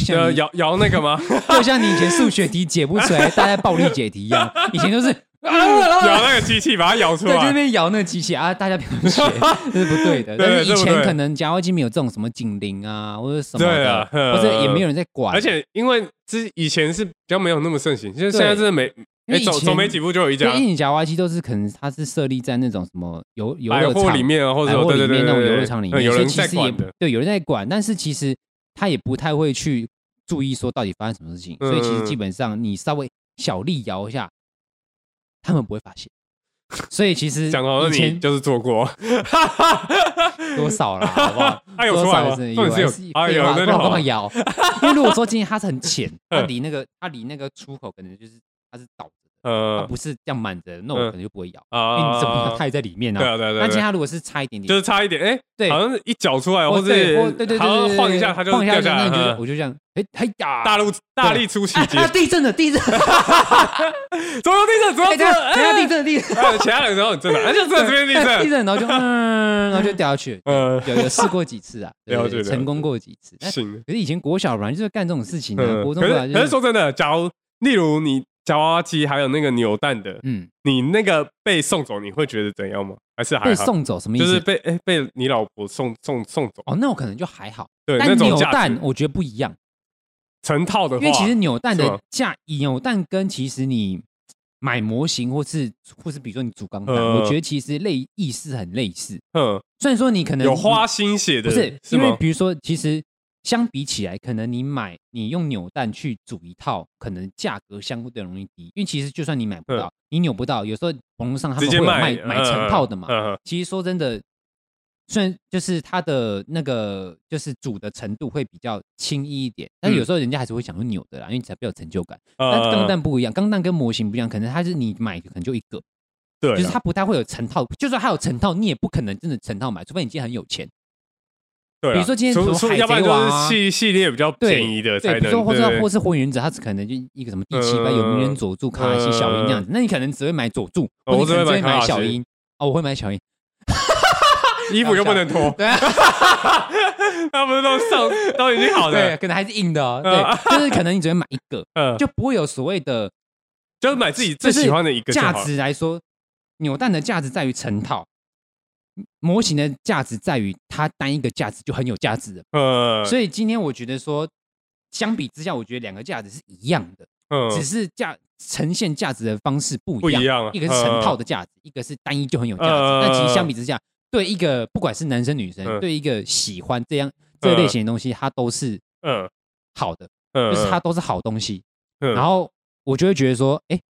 [SPEAKER 2] 就
[SPEAKER 3] 呃，
[SPEAKER 2] 像你
[SPEAKER 3] 摇摇那个吗？
[SPEAKER 2] 就像你以前数学题解不 出来，大家暴力解题一样，以前
[SPEAKER 3] 啊
[SPEAKER 2] 都是嗯
[SPEAKER 3] 摇那个机器把它摇出
[SPEAKER 2] 对，就那
[SPEAKER 3] 来。
[SPEAKER 2] 边摇那个机器啊，大家不要 学，这是不对的。
[SPEAKER 3] 对
[SPEAKER 2] 但是以
[SPEAKER 3] 这不
[SPEAKER 2] 前
[SPEAKER 3] 对
[SPEAKER 2] 可能夹娃娃机没有这种什么警铃啊，或者什么
[SPEAKER 3] 对
[SPEAKER 2] 的
[SPEAKER 3] 啊，嗯
[SPEAKER 2] 或者也没有人在管，
[SPEAKER 3] 而且因为之以前是比较没有那么盛行，就是现在
[SPEAKER 2] 对
[SPEAKER 3] 真的没，
[SPEAKER 2] 因为
[SPEAKER 3] 哎，
[SPEAKER 2] 以
[SPEAKER 3] 走
[SPEAKER 2] 前
[SPEAKER 3] 走没几步就有一
[SPEAKER 2] 对，
[SPEAKER 3] 家
[SPEAKER 2] 因为你夹娃娃机都是可能它是设立在那种什么游游
[SPEAKER 3] 百
[SPEAKER 2] 乐
[SPEAKER 3] 货
[SPEAKER 2] 场
[SPEAKER 3] 里、面啊，或者
[SPEAKER 2] 百货
[SPEAKER 3] 对
[SPEAKER 2] 里
[SPEAKER 3] 对对
[SPEAKER 2] 面那种
[SPEAKER 3] 对
[SPEAKER 2] 游
[SPEAKER 3] 对
[SPEAKER 2] 乐场里
[SPEAKER 3] 嗯
[SPEAKER 2] 面，
[SPEAKER 3] 有
[SPEAKER 2] 所以
[SPEAKER 3] 人
[SPEAKER 2] 其
[SPEAKER 3] 在
[SPEAKER 2] 实也
[SPEAKER 3] 管
[SPEAKER 2] 不
[SPEAKER 3] 的。
[SPEAKER 2] 对有人在管，但是其实他也不太会去注意说到底发生什么事情，所以其实
[SPEAKER 3] 嗯
[SPEAKER 2] 基本上你稍微小力摇一下，他们不会发现。所以其实
[SPEAKER 3] 讲到
[SPEAKER 2] 以
[SPEAKER 3] 你
[SPEAKER 2] 前
[SPEAKER 3] 就是做过，？
[SPEAKER 2] 多少啦，好不好
[SPEAKER 3] 他有出来
[SPEAKER 2] 多少
[SPEAKER 3] 吗
[SPEAKER 2] 是
[SPEAKER 3] 重点是有
[SPEAKER 2] 是
[SPEAKER 3] 啊
[SPEAKER 2] 废
[SPEAKER 3] 有
[SPEAKER 2] 话
[SPEAKER 3] 那就
[SPEAKER 2] 不然我
[SPEAKER 3] 好
[SPEAKER 2] 干嘛 摇？因为如果说今天它是很浅，它
[SPEAKER 3] 嗯
[SPEAKER 2] 离那个它离那个出口可能就是它是倒着的，它
[SPEAKER 3] 呃
[SPEAKER 2] 不是这样满着的，那我
[SPEAKER 3] 嗯
[SPEAKER 2] 可能就不会摇，因为
[SPEAKER 3] 啊，
[SPEAKER 2] 你怎么它也在里面
[SPEAKER 3] 对
[SPEAKER 2] 啊？
[SPEAKER 3] 啊对啊对
[SPEAKER 2] 那
[SPEAKER 3] 啊
[SPEAKER 2] 今
[SPEAKER 3] 对
[SPEAKER 2] 天
[SPEAKER 3] 啊，
[SPEAKER 2] 它如果是差一点点，
[SPEAKER 3] 就是差一点，哎，
[SPEAKER 2] 对，
[SPEAKER 3] 好像是一脚出来，或
[SPEAKER 2] 哦对或
[SPEAKER 3] 者
[SPEAKER 2] 对对对
[SPEAKER 3] 好
[SPEAKER 2] 对
[SPEAKER 3] 像
[SPEAKER 2] 对
[SPEAKER 3] 晃一
[SPEAKER 2] 对
[SPEAKER 3] 下它就
[SPEAKER 2] 晃一
[SPEAKER 3] 掉
[SPEAKER 2] 下，
[SPEAKER 3] 下来
[SPEAKER 2] 那你就
[SPEAKER 3] 嗯
[SPEAKER 2] 我就这样，哎哎呀，
[SPEAKER 3] 大陆大力出奇
[SPEAKER 2] 啊
[SPEAKER 3] 迹，
[SPEAKER 2] 啊地震了，地震，
[SPEAKER 3] 左右地震，左右
[SPEAKER 2] 哎等
[SPEAKER 3] 地
[SPEAKER 2] 一
[SPEAKER 3] 震，
[SPEAKER 2] 下等一下地震了，地震。
[SPEAKER 3] 哎，其他人都很正常，而且 这边地
[SPEAKER 2] 地
[SPEAKER 3] 震，
[SPEAKER 2] 震，然后就嗯，然后就掉下去。
[SPEAKER 3] 嗯，
[SPEAKER 2] 有有试过几次啊，对
[SPEAKER 3] 了
[SPEAKER 2] 对
[SPEAKER 3] 解
[SPEAKER 2] 对
[SPEAKER 3] 了
[SPEAKER 2] 成功过几次。但
[SPEAKER 3] 行，
[SPEAKER 2] 可是以前国小本来就是干这种事情啊，
[SPEAKER 3] 嗯，
[SPEAKER 2] 国中
[SPEAKER 3] 可
[SPEAKER 2] 本来
[SPEAKER 3] 是
[SPEAKER 2] 就
[SPEAKER 3] 可是
[SPEAKER 2] 是
[SPEAKER 3] 说真的，假如例如你夹娃娃机还有那个扭蛋的，
[SPEAKER 2] 嗯，
[SPEAKER 3] 你那个被送走，你会觉得怎样吗？还是还
[SPEAKER 2] 被
[SPEAKER 3] 好？
[SPEAKER 2] 送走什么意
[SPEAKER 3] 就是
[SPEAKER 2] 思？
[SPEAKER 3] 被哎被你老婆送送送走，
[SPEAKER 2] 哦，那我可能就还好，
[SPEAKER 3] 对，那
[SPEAKER 2] 但
[SPEAKER 3] 种
[SPEAKER 2] 扭
[SPEAKER 3] 价
[SPEAKER 2] 蛋
[SPEAKER 3] 值
[SPEAKER 2] 我觉得不一样，
[SPEAKER 3] 成套的
[SPEAKER 2] 因
[SPEAKER 3] 话，
[SPEAKER 2] 为其实扭蛋
[SPEAKER 3] 是
[SPEAKER 2] 的
[SPEAKER 3] 吗
[SPEAKER 2] 价，扭蛋跟其实你买模型或是或是比如说你组钢弹，
[SPEAKER 3] 呃
[SPEAKER 2] 我觉得其实类意思很类似。
[SPEAKER 3] 嗯
[SPEAKER 2] 虽然说你可能
[SPEAKER 3] 有花心血的，
[SPEAKER 2] 不是，
[SPEAKER 3] 是
[SPEAKER 2] 因为
[SPEAKER 3] 吗？
[SPEAKER 2] 比如说，其实相比起来，可能你买你用扭蛋去组一套，可能价格相对容易低，因为其实就算你买不到，你扭不到，有时候网络上他
[SPEAKER 3] 嗯直
[SPEAKER 2] 们会
[SPEAKER 3] 接
[SPEAKER 2] 有
[SPEAKER 3] 卖
[SPEAKER 2] 卖买成套的嘛。
[SPEAKER 3] 嗯嗯
[SPEAKER 2] 其实说真的，虽然就是它的那个就是组的程度会比较轻易一点，但
[SPEAKER 3] 嗯
[SPEAKER 2] 有时候人家还是会想用扭的啦，因为才比较有成就感。
[SPEAKER 3] 嗯
[SPEAKER 2] 但钢
[SPEAKER 3] 嗯
[SPEAKER 2] 弹不一样，钢弹跟模型不一样，可能它是你买可能就一个，
[SPEAKER 3] 对啊，
[SPEAKER 2] 就是它不太会有成套，就算它有成套，你也不可能真的成套买，除非你今天很有钱。
[SPEAKER 3] 对啊，
[SPEAKER 2] 比如说今天
[SPEAKER 3] 除
[SPEAKER 2] 什么
[SPEAKER 3] 除
[SPEAKER 2] 海
[SPEAKER 3] 要不然
[SPEAKER 2] 贼王啊
[SPEAKER 3] 就是系系列比较
[SPEAKER 2] 对
[SPEAKER 3] 便宜的才
[SPEAKER 2] 对，比
[SPEAKER 3] 能，
[SPEAKER 2] 如说或
[SPEAKER 3] 对
[SPEAKER 2] 者或是火影忍者，他只可能就一个什么第七
[SPEAKER 3] 呃
[SPEAKER 2] 班有鸣人佐助、卡卡西、小樱这样子，那你可能只会买佐助，
[SPEAKER 3] 哦
[SPEAKER 2] 或者你可能
[SPEAKER 3] 我只
[SPEAKER 2] 只
[SPEAKER 3] 会
[SPEAKER 2] 会
[SPEAKER 3] 买
[SPEAKER 2] 买
[SPEAKER 3] 卡卡西
[SPEAKER 2] 小樱。哦，我会买 小樱，
[SPEAKER 3] 衣服又不能脱，
[SPEAKER 2] 对啊，
[SPEAKER 3] 他不是都上都已经好
[SPEAKER 2] 对，
[SPEAKER 3] 的，
[SPEAKER 2] 可能还是硬的哦，
[SPEAKER 3] 呃
[SPEAKER 2] 对，就是可能你只会买一 个，
[SPEAKER 3] 嗯，
[SPEAKER 2] 就不会有所谓的
[SPEAKER 3] 就是买自己
[SPEAKER 2] 就
[SPEAKER 3] 最
[SPEAKER 2] 是
[SPEAKER 3] 喜欢的一个就
[SPEAKER 2] 价
[SPEAKER 3] 好了，
[SPEAKER 2] 值来说，扭蛋的价值在于成套，模型的价值在于它单一个价值就很有价值了。
[SPEAKER 3] 呃，
[SPEAKER 2] 所以今天我觉得说，相比之下，我觉得两个价值是一样的。
[SPEAKER 3] 嗯
[SPEAKER 2] 只是价呈现价值的方式不
[SPEAKER 3] 不
[SPEAKER 2] 一
[SPEAKER 3] 一
[SPEAKER 2] 样，
[SPEAKER 3] 样啊
[SPEAKER 2] 一个是成套的价值，一个是单一就很有价值。
[SPEAKER 3] 嗯
[SPEAKER 2] 那其实相比之下，对一个不管是男生女生，
[SPEAKER 3] 嗯
[SPEAKER 2] 对一个喜欢这样这类型的东西，它都是
[SPEAKER 3] 嗯
[SPEAKER 2] 好的，
[SPEAKER 3] 嗯，
[SPEAKER 2] 就是它都是好东西。
[SPEAKER 3] 嗯，
[SPEAKER 2] 然后我就会觉得说，哎，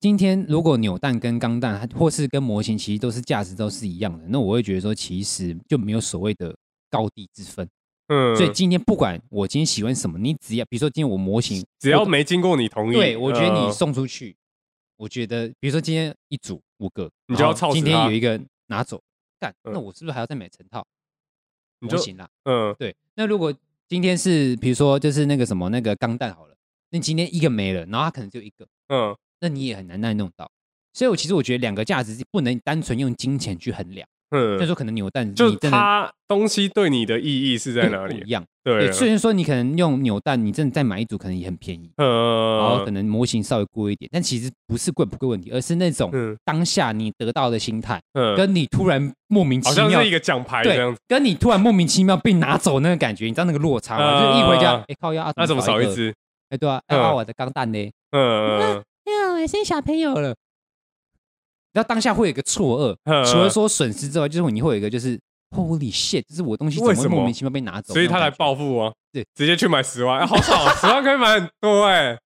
[SPEAKER 2] 今天如果扭蛋跟钢弹它或是跟模型，其实都是价值都是一样的，那我会觉得说，其实就没有所谓的高低之分。
[SPEAKER 3] 嗯，
[SPEAKER 2] 所以今天不管我今天喜欢什么，你只要比如说今天我模型，
[SPEAKER 3] 只要没经过你同意，
[SPEAKER 2] 对，我觉得你
[SPEAKER 3] 呃
[SPEAKER 2] 送出去，我觉得比如说今天一组五个，
[SPEAKER 3] 你就要
[SPEAKER 2] 然后
[SPEAKER 3] 操死
[SPEAKER 2] 今天
[SPEAKER 3] 他
[SPEAKER 2] 有一个拿走，干，
[SPEAKER 3] 嗯
[SPEAKER 2] 那我是不是还要再买成套
[SPEAKER 3] 你
[SPEAKER 2] 模
[SPEAKER 3] 就
[SPEAKER 2] 型啦？
[SPEAKER 3] 嗯
[SPEAKER 2] 对，那如果今天是比如说就是那个什么那个钢弹好了，那今天一个没了，然后它可能就一个，
[SPEAKER 3] 嗯
[SPEAKER 2] 那你也很难再弄到。所以，我其实我觉得两个价值是不能单纯用金钱去衡量。所以
[SPEAKER 3] 嗯，
[SPEAKER 2] 说，可能扭蛋
[SPEAKER 3] 就是
[SPEAKER 2] 你真的
[SPEAKER 3] 它东西对你的意义是在
[SPEAKER 2] 对
[SPEAKER 3] 哪
[SPEAKER 2] 不
[SPEAKER 3] 里
[SPEAKER 2] 一？样。
[SPEAKER 3] 对
[SPEAKER 2] 对，
[SPEAKER 3] 啊，
[SPEAKER 2] 虽然说你可能用扭蛋，你真的再买一组可能也很便宜，然后
[SPEAKER 3] 呃
[SPEAKER 2] 可，能模型稍微贵一点，但其实不是贵不贵问题，而是那种
[SPEAKER 3] 嗯
[SPEAKER 2] 当下你得到的心态，
[SPEAKER 3] 嗯，
[SPEAKER 2] 跟你突然莫名
[SPEAKER 3] 好
[SPEAKER 2] 其
[SPEAKER 3] 像
[SPEAKER 2] 妙
[SPEAKER 3] 是一，个奖牌这样
[SPEAKER 2] 对
[SPEAKER 3] 子，，
[SPEAKER 2] 跟你突然莫名其妙被拿走那个感觉，你知道那个落差吗？
[SPEAKER 3] 嗯
[SPEAKER 2] 就是一回家，哎靠呀，
[SPEAKER 3] 那怎么少
[SPEAKER 2] 一
[SPEAKER 3] 一
[SPEAKER 2] 个？
[SPEAKER 3] 只？
[SPEAKER 2] 哎对啊，哎
[SPEAKER 3] 嗯
[SPEAKER 2] 啊我的钢蛋呢？
[SPEAKER 3] 嗯
[SPEAKER 2] 哎呀，我生小朋友了。然后当下会有一个错
[SPEAKER 3] 嗯
[SPEAKER 2] 愕，除了说损失之外，就是你会有一个就是 Holy shit，就是我东西怎
[SPEAKER 3] 为
[SPEAKER 2] 么会
[SPEAKER 3] 什么
[SPEAKER 2] 莫名其妙被拿走？
[SPEAKER 3] 所以他
[SPEAKER 2] 那种
[SPEAKER 3] 来
[SPEAKER 2] 感觉
[SPEAKER 3] 报复我，
[SPEAKER 2] 对，
[SPEAKER 3] 直接去买十万，啊好爽 啊，十万可以买很多哎，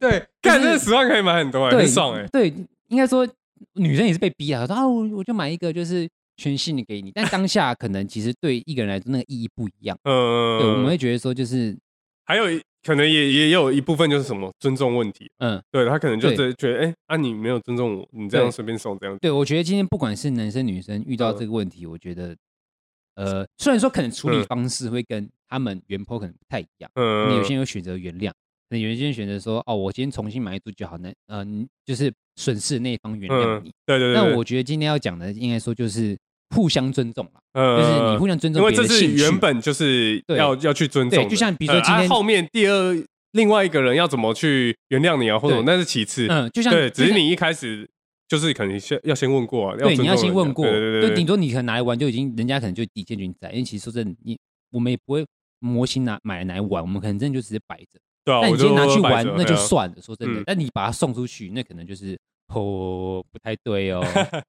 [SPEAKER 2] 对，
[SPEAKER 3] 看
[SPEAKER 2] 就是
[SPEAKER 3] 这十万可以买很多哎，
[SPEAKER 2] 对，
[SPEAKER 3] 很爽哎，
[SPEAKER 2] 对，应该说女生也是被逼啊，她说啊，我我就买一个就是全新的给你，但当下可能其实对一个人来说那个意义不一样，对，我们
[SPEAKER 3] 嗯，
[SPEAKER 2] 会觉得说就是
[SPEAKER 3] 还有一可能也也有一部分就是什么尊重问题，
[SPEAKER 2] 嗯，
[SPEAKER 3] 对他可能就
[SPEAKER 2] 对
[SPEAKER 3] 觉觉得哎啊你没有尊重我，你这样
[SPEAKER 2] 对
[SPEAKER 3] 随便送这样子，
[SPEAKER 2] 对我觉得今天不管是男生女生遇到这个问题，我觉得呃，虽然说可能处理
[SPEAKER 3] 嗯嗯
[SPEAKER 2] 方式会跟他们原 po 可能不太一样，可
[SPEAKER 3] 嗯，
[SPEAKER 2] 能有些人会选择原谅。可能有些人选择说：“哦，我今天重新买一组就好，那呃，你就是损失的那一方原谅
[SPEAKER 3] 嗯
[SPEAKER 2] 你。
[SPEAKER 3] 对对对，
[SPEAKER 2] 那我觉得今天要讲的，应该说就是互相尊重啦。
[SPEAKER 3] 就
[SPEAKER 2] 就是你互相尊重
[SPEAKER 3] 嗯因为
[SPEAKER 2] 别
[SPEAKER 3] 这
[SPEAKER 2] 人的
[SPEAKER 3] 是
[SPEAKER 2] 兴趣
[SPEAKER 3] 原本就是
[SPEAKER 2] 对
[SPEAKER 3] 要要去尊重的，
[SPEAKER 2] 对就像比如说今天
[SPEAKER 3] 呃啊后面第二另外一个人要怎么去原谅你啊，或者
[SPEAKER 2] 对
[SPEAKER 3] 那是其次，
[SPEAKER 2] 嗯，就像
[SPEAKER 3] 对，只
[SPEAKER 2] 就像
[SPEAKER 3] 是你一开始就是可能先要先问过啊，
[SPEAKER 2] 对，你
[SPEAKER 3] 尊重
[SPEAKER 2] 要先
[SPEAKER 3] 人家
[SPEAKER 2] 问过，
[SPEAKER 3] 对对对
[SPEAKER 2] 顶
[SPEAKER 3] 对，
[SPEAKER 2] 多你可能拿来玩就已经，人家可能就底线就已经在，因为其实说真的，你我们也不会模型拿买来玩，我们可能真的就直接摆着。
[SPEAKER 3] 对啊，
[SPEAKER 2] 但
[SPEAKER 3] 我
[SPEAKER 2] 你今
[SPEAKER 3] 就
[SPEAKER 2] 天拿去玩
[SPEAKER 3] 摆着，
[SPEAKER 2] 那就
[SPEAKER 3] 对啊
[SPEAKER 2] 算了，说真的
[SPEAKER 3] 嗯，
[SPEAKER 2] 但你把它送出去，那可能就是。哦，不太对 哦，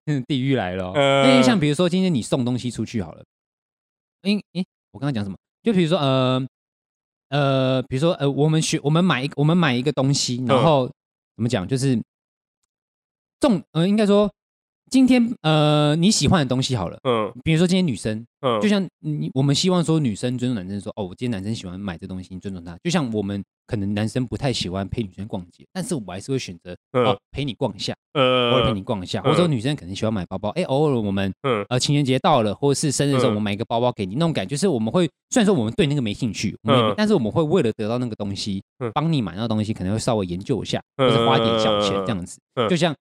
[SPEAKER 2] 嗯地狱来了哦。那、
[SPEAKER 3] 呃
[SPEAKER 2] 像比如说，今天你送东西出去好了，诶、诶、我刚刚讲什么？就比如说，呃，呃，比如说呃，我们学我们买一我们买一个东西，
[SPEAKER 3] 嗯
[SPEAKER 2] 然后、怎么讲，就是重呃，应该说今天呃你喜欢的东西好了，
[SPEAKER 3] 嗯
[SPEAKER 2] 比如说今天女生，
[SPEAKER 3] 嗯，
[SPEAKER 2] 就像你我们希望说女生尊重男生说，哦，我今天男生喜欢买这东西，你尊重他。就像我们可能男生不太喜欢陪女生逛街，但是我还是会选择、
[SPEAKER 3] 嗯
[SPEAKER 2] 哦陪你逛一下，偶尔陪
[SPEAKER 3] 呃
[SPEAKER 2] 你，逛一下。
[SPEAKER 3] 嗯
[SPEAKER 2] 或者说女生可能喜欢买包包，哎、偶尔我们
[SPEAKER 3] 嗯
[SPEAKER 2] 呃情人节到了或者是生日的时候，
[SPEAKER 3] 嗯
[SPEAKER 2] 我买一个包包给你，那种感觉就是我们会虽然说我们对那个没兴趣，我们也没
[SPEAKER 3] 嗯
[SPEAKER 2] 但是我们会为了得到那个东西
[SPEAKER 3] 嗯，
[SPEAKER 2] 帮你买那个东西，可能会稍微研究一下，
[SPEAKER 3] 嗯
[SPEAKER 2] 或是花一点小钱这样子
[SPEAKER 3] 嗯。
[SPEAKER 2] 就像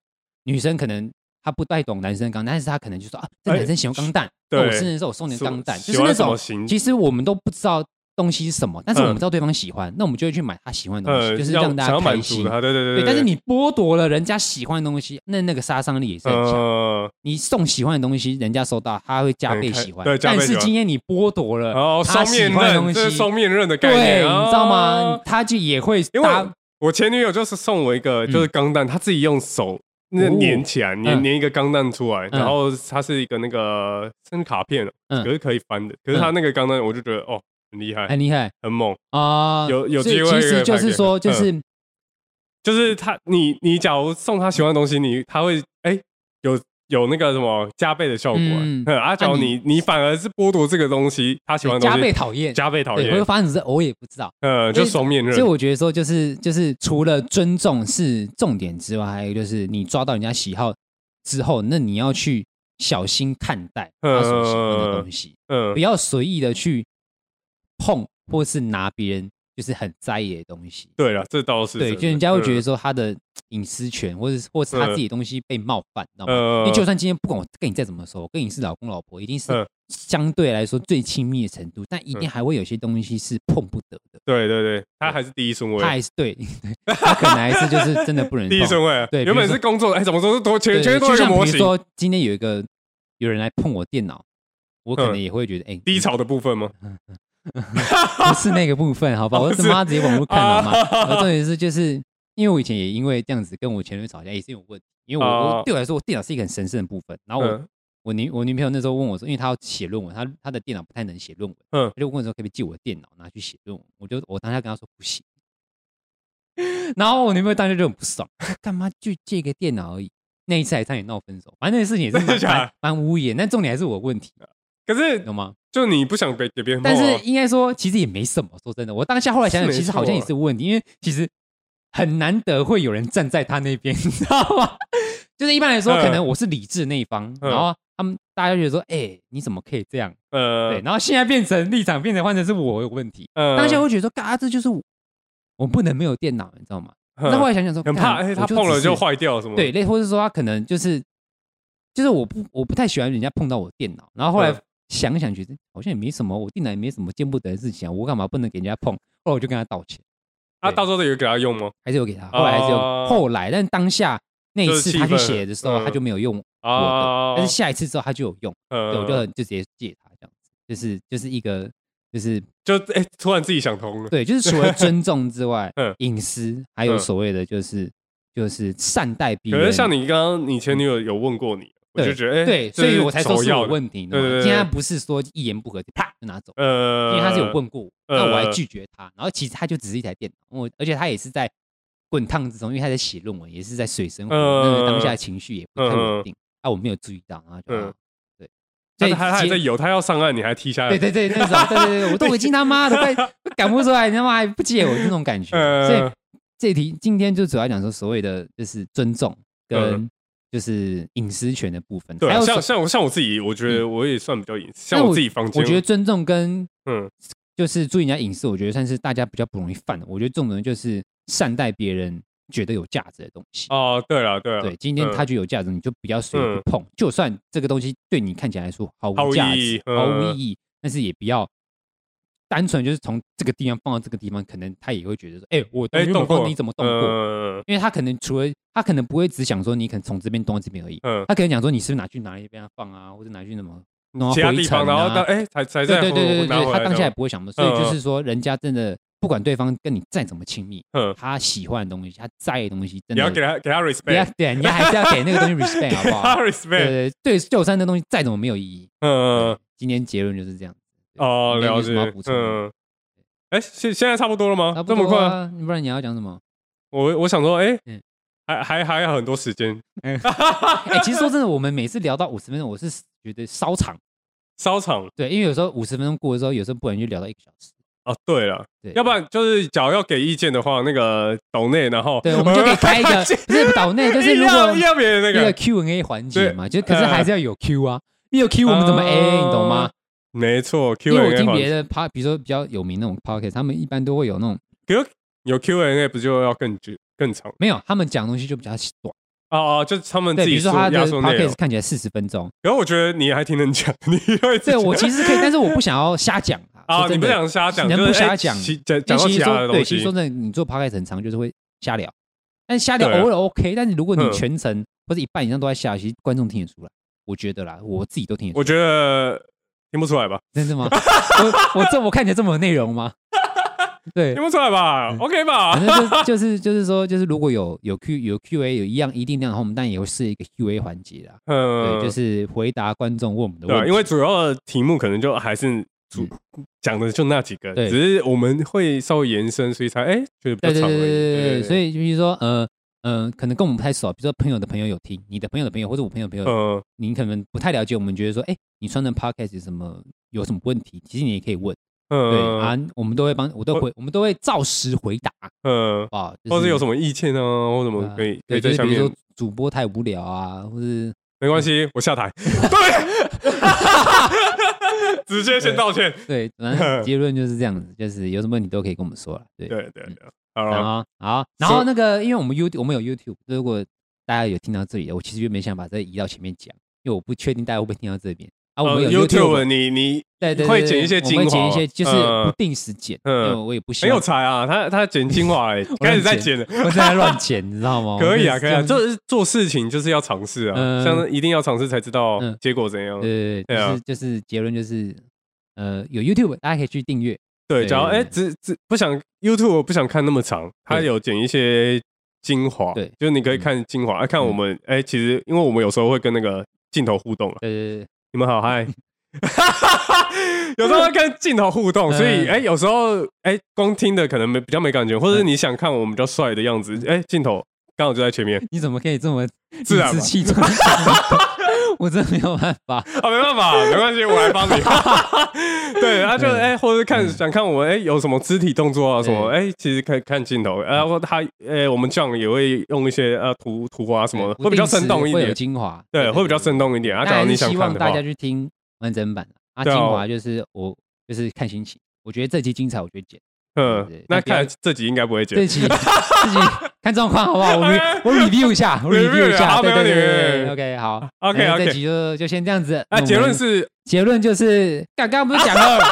[SPEAKER 2] 女生可能。她不太懂男生的钢弹，但是她可能就说啊，这
[SPEAKER 3] 哎
[SPEAKER 2] 男生喜欢钢弹，
[SPEAKER 3] 对
[SPEAKER 2] 那我生日的时候我送你
[SPEAKER 3] 什
[SPEAKER 2] 个钢弹，就
[SPEAKER 3] 喜
[SPEAKER 2] 是那
[SPEAKER 3] 欢什么
[SPEAKER 2] 种
[SPEAKER 3] 型？
[SPEAKER 2] 其实我们都不知道东西是什么，但是我们
[SPEAKER 3] 嗯
[SPEAKER 2] 知道对方喜欢，那我们就会去买他喜欢的东西，
[SPEAKER 3] 呃，
[SPEAKER 2] 就是
[SPEAKER 3] 要
[SPEAKER 2] 让大
[SPEAKER 3] 想
[SPEAKER 2] 家
[SPEAKER 3] 要满
[SPEAKER 2] 开
[SPEAKER 3] 足啊
[SPEAKER 2] 心。
[SPEAKER 3] 他，对对
[SPEAKER 2] 对，
[SPEAKER 3] 对
[SPEAKER 2] 但是你剥夺了人家喜欢的东西，那那个杀伤力也是很强。
[SPEAKER 3] 呃，
[SPEAKER 2] 你送喜欢的东西，人家收到他会加倍喜欢，
[SPEAKER 3] 对加倍
[SPEAKER 2] 但
[SPEAKER 3] 喜欢
[SPEAKER 2] 是今天你剥夺了
[SPEAKER 3] 然后
[SPEAKER 2] 他
[SPEAKER 3] 双
[SPEAKER 2] 喜
[SPEAKER 3] 面
[SPEAKER 2] 欢的
[SPEAKER 3] 刃，
[SPEAKER 2] 东
[SPEAKER 3] 这是双
[SPEAKER 2] 西，
[SPEAKER 3] 面刃的概
[SPEAKER 2] 对，
[SPEAKER 3] 念，
[SPEAKER 2] 你知道吗
[SPEAKER 3] 啊？？
[SPEAKER 2] 他就也会
[SPEAKER 3] 因
[SPEAKER 2] 搭
[SPEAKER 3] 为我前女友就是送我一个就是钢弹，她自己用手。那
[SPEAKER 2] 嗯哦
[SPEAKER 3] 粘起来，粘
[SPEAKER 2] 嗯
[SPEAKER 3] 粘一个钢弹出来，
[SPEAKER 2] 嗯
[SPEAKER 3] 然后它是一个那个生卡片哦，
[SPEAKER 2] 嗯
[SPEAKER 3] 可是可以翻的。可是它那个钢弹，我就觉得哦，很厉害，
[SPEAKER 2] 很厉害
[SPEAKER 3] 很猛。
[SPEAKER 2] 啊。
[SPEAKER 3] 有有
[SPEAKER 2] 所以
[SPEAKER 3] 机会嗯
[SPEAKER 2] 其实就
[SPEAKER 3] 可以
[SPEAKER 2] 是说，
[SPEAKER 3] 拍给
[SPEAKER 2] 就
[SPEAKER 3] 他
[SPEAKER 2] 是
[SPEAKER 3] 就是他，你你假如送他喜欢的东西，你他会哎、有有那个什么加倍的效果、
[SPEAKER 2] 嗯
[SPEAKER 3] 嗯， 啊，假如你你反而是剥夺这个东西，他喜欢的东
[SPEAKER 2] 加
[SPEAKER 3] 西
[SPEAKER 2] 倍讨厌，
[SPEAKER 3] 加倍讨
[SPEAKER 2] 对，会
[SPEAKER 3] 厌，
[SPEAKER 2] 发生什么事我也不知道。
[SPEAKER 3] 呃，就双面刃
[SPEAKER 2] 所以，我觉得说，就是就是除了尊重是重点之外，还有就是你抓到人家喜好之后，那你要去小心看待他所喜欢的东西，
[SPEAKER 3] 嗯
[SPEAKER 2] 不要随意的去碰或是拿别人就是很在意的东西。
[SPEAKER 3] 对了，这倒是呃
[SPEAKER 2] 对，
[SPEAKER 3] 真
[SPEAKER 2] 就
[SPEAKER 3] 的
[SPEAKER 2] 人家会觉得，说他的隐私权，或者是或是他
[SPEAKER 3] 嗯
[SPEAKER 2] 自己的东西被冒犯，知道吗？
[SPEAKER 3] 嗯
[SPEAKER 2] 因为就算今天不管我跟你再怎么熟，我跟你是老公老婆，一定是
[SPEAKER 3] 嗯
[SPEAKER 2] 相对来说最亲密的程度，但一定还会有些东西是碰不得的。
[SPEAKER 3] 对对对，他还是第一顺
[SPEAKER 2] 他
[SPEAKER 3] 位，
[SPEAKER 2] 还是对，对他可能还是就是真的不能
[SPEAKER 3] 第一顺
[SPEAKER 2] 碰。
[SPEAKER 3] 位，
[SPEAKER 2] 对比如
[SPEAKER 3] 原本
[SPEAKER 2] 说
[SPEAKER 3] 是工作的，哎，怎么说是多全
[SPEAKER 2] 对，
[SPEAKER 3] 全
[SPEAKER 2] 就
[SPEAKER 3] 都有一个
[SPEAKER 2] 像
[SPEAKER 3] 模
[SPEAKER 2] 比如
[SPEAKER 3] 型，
[SPEAKER 2] 说今天有一个有人来碰我电脑，我可能
[SPEAKER 3] 嗯
[SPEAKER 2] 也会觉得哎，
[SPEAKER 3] 低潮的部分吗？
[SPEAKER 2] 不是那个部分，好 吧？
[SPEAKER 3] 哦
[SPEAKER 2] 我
[SPEAKER 3] 不
[SPEAKER 2] 他
[SPEAKER 3] 是
[SPEAKER 2] 妈直接网络看好吗？
[SPEAKER 3] 啊
[SPEAKER 2] 然后重点是就是因为我以前也因为这样子跟我前任吵架，也是有问题，因为我
[SPEAKER 3] 哦
[SPEAKER 2] 我对我来说，我电脑是一个很神圣的部分。然后我
[SPEAKER 3] 嗯
[SPEAKER 2] 我女我女朋友那时候问我说，因为她要写论文，她她的电脑不太能写论文，
[SPEAKER 3] 嗯
[SPEAKER 2] 嗯，她就问我说可不可以借我的电脑拿去写论文，我就我当下跟她说不行。 然后我女朋友当时就很不爽，她说干嘛就借个电脑而已？那一次还差点闹分手，反正那件事情也是
[SPEAKER 3] 真
[SPEAKER 2] 蛮
[SPEAKER 3] 的假
[SPEAKER 2] 蛮
[SPEAKER 3] 的
[SPEAKER 2] 蛮无言，但重点还是我的问题，
[SPEAKER 3] 可是
[SPEAKER 2] 懂吗？
[SPEAKER 3] 就你不想被给别人碰
[SPEAKER 2] 但
[SPEAKER 3] 啊，
[SPEAKER 2] 是应该说，其实也没什么。说真的，我当下后来想想，
[SPEAKER 3] 是没
[SPEAKER 2] 其实好像也
[SPEAKER 3] 错啊
[SPEAKER 2] 是问题，因为其实很难得会有人站在他那边， 你知道吗？就是一般来说，
[SPEAKER 3] 嗯
[SPEAKER 2] 可能我是理智那一方，
[SPEAKER 3] 嗯
[SPEAKER 2] 然后他们大家就觉得说，哎、你怎么可以这样？对，
[SPEAKER 3] 呃
[SPEAKER 2] 然后现在变成立场变成换成是我有问题，
[SPEAKER 3] 呃，
[SPEAKER 2] 当下会觉得说，嘎，这就是我，我不能没有电脑，你知道吗？
[SPEAKER 3] 嗯
[SPEAKER 2] 那后来想想说，
[SPEAKER 3] 很怕，
[SPEAKER 2] 干
[SPEAKER 3] 哎，他
[SPEAKER 2] 我
[SPEAKER 3] 碰了
[SPEAKER 2] 只是
[SPEAKER 3] 就坏掉什么？
[SPEAKER 2] 对，类或是说他可能就是就是我不我不太喜欢人家碰到我电脑，然后后来
[SPEAKER 3] 嗯
[SPEAKER 2] 想想觉得好像也没什么，我电脑也没什么见不得的事情啊，我干嘛不能给人家碰？后来我就跟他道歉，
[SPEAKER 3] 啊，
[SPEAKER 2] 对
[SPEAKER 3] 到时候有给他用吗？
[SPEAKER 2] 还是有给他，后来还是有、
[SPEAKER 3] 哦
[SPEAKER 2] 后来，但当下那一
[SPEAKER 3] 就是
[SPEAKER 2] 次
[SPEAKER 3] 气
[SPEAKER 2] 他去
[SPEAKER 3] 愤
[SPEAKER 2] 写
[SPEAKER 3] 了
[SPEAKER 2] 的时候，他
[SPEAKER 3] 嗯
[SPEAKER 2] 就没有用我的，
[SPEAKER 3] 啊，
[SPEAKER 2] 但是下一次之后他就有用，对，
[SPEAKER 3] 呃
[SPEAKER 2] 我就很就直接借他这样子，就是就是一个就是
[SPEAKER 3] 就哎、突然自己想通了。
[SPEAKER 2] 对，就是除了尊重之外
[SPEAKER 3] 嗯，
[SPEAKER 2] 隐私还有
[SPEAKER 3] 嗯
[SPEAKER 2] 所谓的就是就是善待别
[SPEAKER 3] 可
[SPEAKER 2] 人，
[SPEAKER 3] 是像你刚刚，你前女友有问过你，我就觉得哎、
[SPEAKER 2] 对，
[SPEAKER 3] 这
[SPEAKER 2] 所
[SPEAKER 3] 是
[SPEAKER 2] 以我才说
[SPEAKER 3] 首
[SPEAKER 2] 是
[SPEAKER 3] 要
[SPEAKER 2] 我
[SPEAKER 3] 的，
[SPEAKER 2] 问题，你知
[SPEAKER 3] 对
[SPEAKER 2] 道
[SPEAKER 3] 对
[SPEAKER 2] 吗？
[SPEAKER 3] 对
[SPEAKER 2] 今天他不是说一言不合就啪就拿走，因
[SPEAKER 3] 呃，
[SPEAKER 2] 为他是有问过我，
[SPEAKER 3] 呃
[SPEAKER 2] 那我还拒绝他，然后其实他就只是一台电脑，我而且他也是在滚烫之中，因为他在写论文，也是在水深火热，那个当
[SPEAKER 3] 呃
[SPEAKER 2] 下情绪也不太稳定，啊，我没有注意到，然后就
[SPEAKER 3] 嗯
[SPEAKER 2] 啊对，所
[SPEAKER 3] 但
[SPEAKER 2] 以
[SPEAKER 3] 是他他还
[SPEAKER 2] 直
[SPEAKER 3] 在
[SPEAKER 2] 接
[SPEAKER 3] 有，他要上岸，你还踢下来，
[SPEAKER 2] 对对对，那种对对对，我都已经他妈的 快赶不出来，你他妈还不借我那种感觉，所以
[SPEAKER 3] 呃，
[SPEAKER 2] 这一题今天就主要讲说所谓的就是尊重跟就是隐私权的部分，
[SPEAKER 3] 嗯对
[SPEAKER 2] 还
[SPEAKER 3] 啊，
[SPEAKER 2] 有
[SPEAKER 3] 像
[SPEAKER 2] 所
[SPEAKER 3] 像我像我自己，我觉得我也算比较隐，像
[SPEAKER 2] 那
[SPEAKER 3] 我自己房间，
[SPEAKER 2] 我觉得尊重跟
[SPEAKER 3] 嗯
[SPEAKER 2] 就是注意人家隐私，我觉得算是大家比较不容易犯的。我觉得这种人就是善待别人觉得有价值的东西。
[SPEAKER 3] 哦，对了对了，
[SPEAKER 2] 对，今天
[SPEAKER 3] 嗯
[SPEAKER 2] 他觉得有价值，你就不要随意去碰。就算这个东西对你看起来来说毫
[SPEAKER 3] 毫无
[SPEAKER 2] 无价
[SPEAKER 3] 意义
[SPEAKER 2] 值、毫无
[SPEAKER 3] 嗯
[SPEAKER 2] 意义，但是也不要单纯就是从这个地方放到这个地方，可能他也会觉得说：“哎，我
[SPEAKER 3] 哎、
[SPEAKER 2] 东西
[SPEAKER 3] 动
[SPEAKER 2] 没
[SPEAKER 3] 过
[SPEAKER 2] 碰你怎么动过？”
[SPEAKER 3] 嗯
[SPEAKER 2] 因为他可能除了他可能不会只想说你可能从这边动到这边而已，
[SPEAKER 3] 嗯，
[SPEAKER 2] 他可能讲说你是不是拿去哪里被他放啊，或者拿去什么弄到
[SPEAKER 3] 其他
[SPEAKER 2] 灰
[SPEAKER 3] 地方，
[SPEAKER 2] 尘
[SPEAKER 3] 然后
[SPEAKER 2] 啊
[SPEAKER 3] 到哎、才才
[SPEAKER 2] 对
[SPEAKER 3] 在
[SPEAKER 2] 对对对对
[SPEAKER 3] 拿
[SPEAKER 2] 对，
[SPEAKER 3] 回
[SPEAKER 2] 他
[SPEAKER 3] 来
[SPEAKER 2] 当下也
[SPEAKER 3] 的
[SPEAKER 2] 不会想嘛，所以就
[SPEAKER 3] 嗯
[SPEAKER 2] 是说，人家真的不管对方跟你再怎么亲密，
[SPEAKER 3] 嗯，
[SPEAKER 2] 他喜欢的东西，他在意的东西，真
[SPEAKER 3] 也要给
[SPEAKER 2] 的
[SPEAKER 3] 他给他 respect，
[SPEAKER 2] 不要对，你还是要给那个东西 respect 好
[SPEAKER 3] 给
[SPEAKER 2] 不
[SPEAKER 3] 他
[SPEAKER 2] 好？对
[SPEAKER 3] respect，
[SPEAKER 2] 对对，旧山的东西再怎么没有意义，
[SPEAKER 3] 嗯
[SPEAKER 2] 对今天结论就是这样。对
[SPEAKER 3] 哦，
[SPEAKER 2] 你有
[SPEAKER 3] 了
[SPEAKER 2] 什
[SPEAKER 3] 解
[SPEAKER 2] 么要补，充的？
[SPEAKER 3] 嗯。哎，现现在差不多了吗？
[SPEAKER 2] 差不
[SPEAKER 3] 这么
[SPEAKER 2] 多
[SPEAKER 3] 快？
[SPEAKER 2] 啊，不然你要讲什么？
[SPEAKER 3] 我我想说，哎、
[SPEAKER 2] 嗯
[SPEAKER 3] 还还还有很多时间，
[SPEAKER 2] 哎，其实说真的，我们每次聊到五十分钟，我是觉得稍长。
[SPEAKER 3] 稍长
[SPEAKER 2] 对，因为有时候五十分钟过的时候，有时候不然就聊到一个小时。
[SPEAKER 3] 哦。对了，
[SPEAKER 2] 对，
[SPEAKER 3] 要不然就是，假如要给意见的话，那个岛内，然后
[SPEAKER 2] 对，我们就可以开一 个，不是岛内，就是如果
[SPEAKER 3] 要别的那
[SPEAKER 2] 一个
[SPEAKER 3] 个，
[SPEAKER 2] Q&A 环节
[SPEAKER 3] 对哦
[SPEAKER 2] 嘛，就可是还是要有 Q 啊，没有 Q 我们怎么 A？你懂吗？？
[SPEAKER 3] 没错
[SPEAKER 2] 因为我
[SPEAKER 3] ，Q&A
[SPEAKER 2] 听
[SPEAKER 3] 环
[SPEAKER 2] 别
[SPEAKER 3] 节
[SPEAKER 2] 的 p 比如说比较有名那种 podcast，他们一般都会有那种
[SPEAKER 3] 有 Q&A 不就要更久更长？
[SPEAKER 2] 没有，他们讲的东西就比较短。
[SPEAKER 3] 哦哦，就是他们自
[SPEAKER 2] 对，比
[SPEAKER 3] 己
[SPEAKER 2] 如说
[SPEAKER 3] 说
[SPEAKER 2] 他的
[SPEAKER 3] 压缩内容
[SPEAKER 2] podcast。看起来四十分钟，
[SPEAKER 3] 然后我觉得你还挺能讲，你会
[SPEAKER 2] 对我其实 可以，但是我不想要瞎讲
[SPEAKER 3] 啊，
[SPEAKER 2] 说
[SPEAKER 3] 你
[SPEAKER 2] 真
[SPEAKER 3] 不
[SPEAKER 2] 的
[SPEAKER 3] 想瞎讲，
[SPEAKER 2] 人
[SPEAKER 3] 就是
[SPEAKER 2] 不瞎
[SPEAKER 3] 哎
[SPEAKER 2] 讲
[SPEAKER 3] 其讲讲到
[SPEAKER 2] 因为其
[SPEAKER 3] 其
[SPEAKER 2] 实
[SPEAKER 3] 他
[SPEAKER 2] 说
[SPEAKER 3] 的
[SPEAKER 2] 对，
[SPEAKER 3] 东
[SPEAKER 2] 其
[SPEAKER 3] 西
[SPEAKER 2] 实说。真的，你做 podcast 很长，就是会瞎聊，但瞎聊
[SPEAKER 3] 对啊
[SPEAKER 2] 偶尔 OK，但是如果你
[SPEAKER 3] 嗯
[SPEAKER 2] 全程或者一半以上都在瞎，其实观众听得出来。我觉得啦，我自己都听得出
[SPEAKER 3] 我
[SPEAKER 2] 来。
[SPEAKER 3] 觉得听不出来吧？
[SPEAKER 2] 真的吗？我我 这我看起来这么有内容吗？对
[SPEAKER 3] 听，不出来吧
[SPEAKER 2] 嗯
[SPEAKER 3] ？OK
[SPEAKER 2] 反
[SPEAKER 3] 吧？
[SPEAKER 2] 正就就是就是说，就是如果有有 Q 有 Q&A 有一样一定量，然后我们当然也会设一个 Q&A 环节啦。
[SPEAKER 3] 嗯
[SPEAKER 2] 对，就是回答观众问我们的
[SPEAKER 3] 对啊，
[SPEAKER 2] 问题。嗯
[SPEAKER 3] 因为主要的题目可能就还是主讲的就那几个，
[SPEAKER 2] 对
[SPEAKER 3] 只是我们会稍微延伸，所以才哎觉得比
[SPEAKER 2] 对对
[SPEAKER 3] 较长
[SPEAKER 2] 对
[SPEAKER 3] 而已。
[SPEAKER 2] 对对对对，所
[SPEAKER 3] 以
[SPEAKER 2] 以就是说，呃呃，可能跟我们不太熟，比如说朋友的朋友有听，你的朋友的朋友或者我朋友的朋友，
[SPEAKER 3] 嗯，
[SPEAKER 2] 你可能不太了解，我们觉得说，哎，你穿的 podcast 有什么有什么问题？其实你也可以问，对
[SPEAKER 3] 嗯
[SPEAKER 2] 啊，我们都会帮，我都回，我们都会照实回答
[SPEAKER 3] 嗯，
[SPEAKER 2] 啊，就
[SPEAKER 3] 或者有什么意见呢，或什么可以可
[SPEAKER 2] 对，
[SPEAKER 3] 以
[SPEAKER 2] 就
[SPEAKER 3] 在
[SPEAKER 2] 是
[SPEAKER 3] 下
[SPEAKER 2] 比如
[SPEAKER 3] 面
[SPEAKER 2] 说，主播太无聊啊，或是
[SPEAKER 3] 没关系，我下 台，对，直接先道歉，
[SPEAKER 2] 对，反 正结论就是这样子，就是有什么问题都可以跟我们说了。对，嗯
[SPEAKER 3] 对啊对对，好
[SPEAKER 2] 然
[SPEAKER 3] 了，
[SPEAKER 2] 后好，然后那个，因为我们 YouTube 我们有 YouTube，如果大家有听到这里，我其实原本想把这移到前面讲，因为我不确定大家会不会听到这边啊。我们
[SPEAKER 3] 呃
[SPEAKER 2] 有
[SPEAKER 3] YouTube 你你
[SPEAKER 2] 对对，对
[SPEAKER 3] 会剪一些
[SPEAKER 2] 对我们会
[SPEAKER 3] 精华
[SPEAKER 2] 剪一些，就是
[SPEAKER 3] 嗯
[SPEAKER 2] 不定时剪，因
[SPEAKER 3] 嗯
[SPEAKER 2] 为我也不
[SPEAKER 3] 很
[SPEAKER 2] 希
[SPEAKER 3] 有
[SPEAKER 2] 望
[SPEAKER 3] 才啊，他他剪精华哎，开始在剪了。
[SPEAKER 2] 我现在乱剪，你知道 吗？
[SPEAKER 3] 可以啊，
[SPEAKER 2] 我
[SPEAKER 3] 可以啊，
[SPEAKER 2] 就
[SPEAKER 3] 就是做事情就是要尝试啊，
[SPEAKER 2] 嗯
[SPEAKER 3] 像是一定要尝试才知道
[SPEAKER 2] 嗯
[SPEAKER 3] 结果怎样。
[SPEAKER 2] 对对
[SPEAKER 3] 对啊
[SPEAKER 2] 对，就是就是结论就是，呃，有 YouTube 大家可以去订阅，
[SPEAKER 3] 对，
[SPEAKER 2] 对
[SPEAKER 3] 假如哎，只只不想 YouTube 我不想看那么长，它
[SPEAKER 2] 对
[SPEAKER 3] 有剪一些精华，
[SPEAKER 2] 对嗯
[SPEAKER 3] 就是你可以看精华，啊看我们哎，其实因为我们有时候会跟那个镜头互动啊，
[SPEAKER 2] 对对对
[SPEAKER 3] 你们好 嗨。有时候会跟镜头互动，
[SPEAKER 2] 嗯嗯
[SPEAKER 3] 所以哎、有时候哎、光听的可能没比较没感觉，或者是你想看我们比较帅的样子，哎、镜头刚好就在前面
[SPEAKER 2] 你怎么可以这么
[SPEAKER 3] 自然吧
[SPEAKER 2] 理直气壮？ 我真的没有办法。
[SPEAKER 3] 啊，没办法，没关系，我来帮你。 对，他就哎、或者是看想看我们哎、有什么肢体动作啊什么，哎、其实可以看镜头，然、后他哎、我们这样也会用一些呃图图啊什么，
[SPEAKER 2] 对
[SPEAKER 3] 会比较生动
[SPEAKER 2] 不定
[SPEAKER 3] 一
[SPEAKER 2] 时会有
[SPEAKER 3] 点，
[SPEAKER 2] 精华，
[SPEAKER 3] 对，会比较生动一点。啊，
[SPEAKER 2] 当
[SPEAKER 3] 假
[SPEAKER 2] 然
[SPEAKER 3] 如你
[SPEAKER 2] 是
[SPEAKER 3] 想
[SPEAKER 2] 希
[SPEAKER 3] 看
[SPEAKER 2] 望
[SPEAKER 3] 的
[SPEAKER 2] 大
[SPEAKER 3] 话
[SPEAKER 2] 家，去听完整版啊，
[SPEAKER 3] 对
[SPEAKER 2] 精
[SPEAKER 3] 啊
[SPEAKER 2] 华就是我就是看心情，我觉得这集精彩，我就剪对
[SPEAKER 3] 嗯
[SPEAKER 2] 对，
[SPEAKER 3] 那
[SPEAKER 2] 那不要
[SPEAKER 3] 看来这集应该不会
[SPEAKER 2] 这
[SPEAKER 3] 剪。
[SPEAKER 2] 集自己 看状况好不好？我 re- 我 review 一下，我
[SPEAKER 3] review
[SPEAKER 2] review 一下，
[SPEAKER 3] 好
[SPEAKER 2] 对
[SPEAKER 3] 没问
[SPEAKER 2] 对
[SPEAKER 3] 题
[SPEAKER 2] 对
[SPEAKER 3] 没问
[SPEAKER 2] 对
[SPEAKER 3] 题
[SPEAKER 2] 对，OK 好
[SPEAKER 3] OK，
[SPEAKER 2] 那这
[SPEAKER 3] OK
[SPEAKER 2] 集就就先这样子。
[SPEAKER 3] 啊，
[SPEAKER 2] 那
[SPEAKER 3] 结
[SPEAKER 2] 我们
[SPEAKER 3] 论是
[SPEAKER 2] 结论就是，刚刚不是讲 了，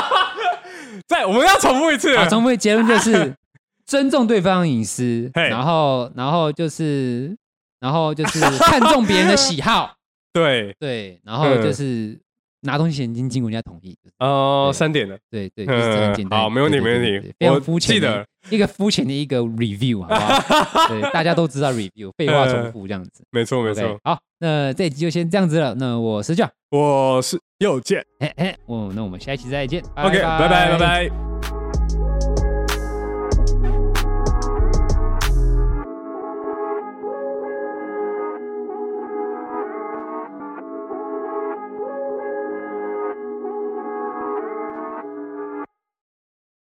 [SPEAKER 3] 在我们要重复一次，
[SPEAKER 2] 啊好，重复结论就是 尊重对方的隐私，
[SPEAKER 3] 嘿
[SPEAKER 2] 然后然后就是然后就是看重别人的喜好。
[SPEAKER 3] 对，
[SPEAKER 2] 对，然后
[SPEAKER 3] 嗯
[SPEAKER 2] 就是拿东西前经经过人家同意，
[SPEAKER 3] 哦，
[SPEAKER 2] 对
[SPEAKER 3] 三点了，
[SPEAKER 2] 对对，就是这很
[SPEAKER 3] 嗯
[SPEAKER 2] 简，单。
[SPEAKER 3] 好，没问题，
[SPEAKER 2] 对
[SPEAKER 3] 没问
[SPEAKER 2] 对对
[SPEAKER 3] 题
[SPEAKER 2] 对，非
[SPEAKER 3] 我
[SPEAKER 2] 常肤
[SPEAKER 3] 记
[SPEAKER 2] 浅
[SPEAKER 3] 得
[SPEAKER 2] 的，一个肤浅的一个 review，好不好？对，大家都知道 review，废话重复这样子。
[SPEAKER 3] 没嗯错没
[SPEAKER 2] OK，
[SPEAKER 3] 错，
[SPEAKER 2] 好，那这一集就先这样子了。那我是 John，
[SPEAKER 3] 我是又见
[SPEAKER 2] 嘿嘿，我那我们下一期再见。
[SPEAKER 3] ，OK，拜拜拜。拜。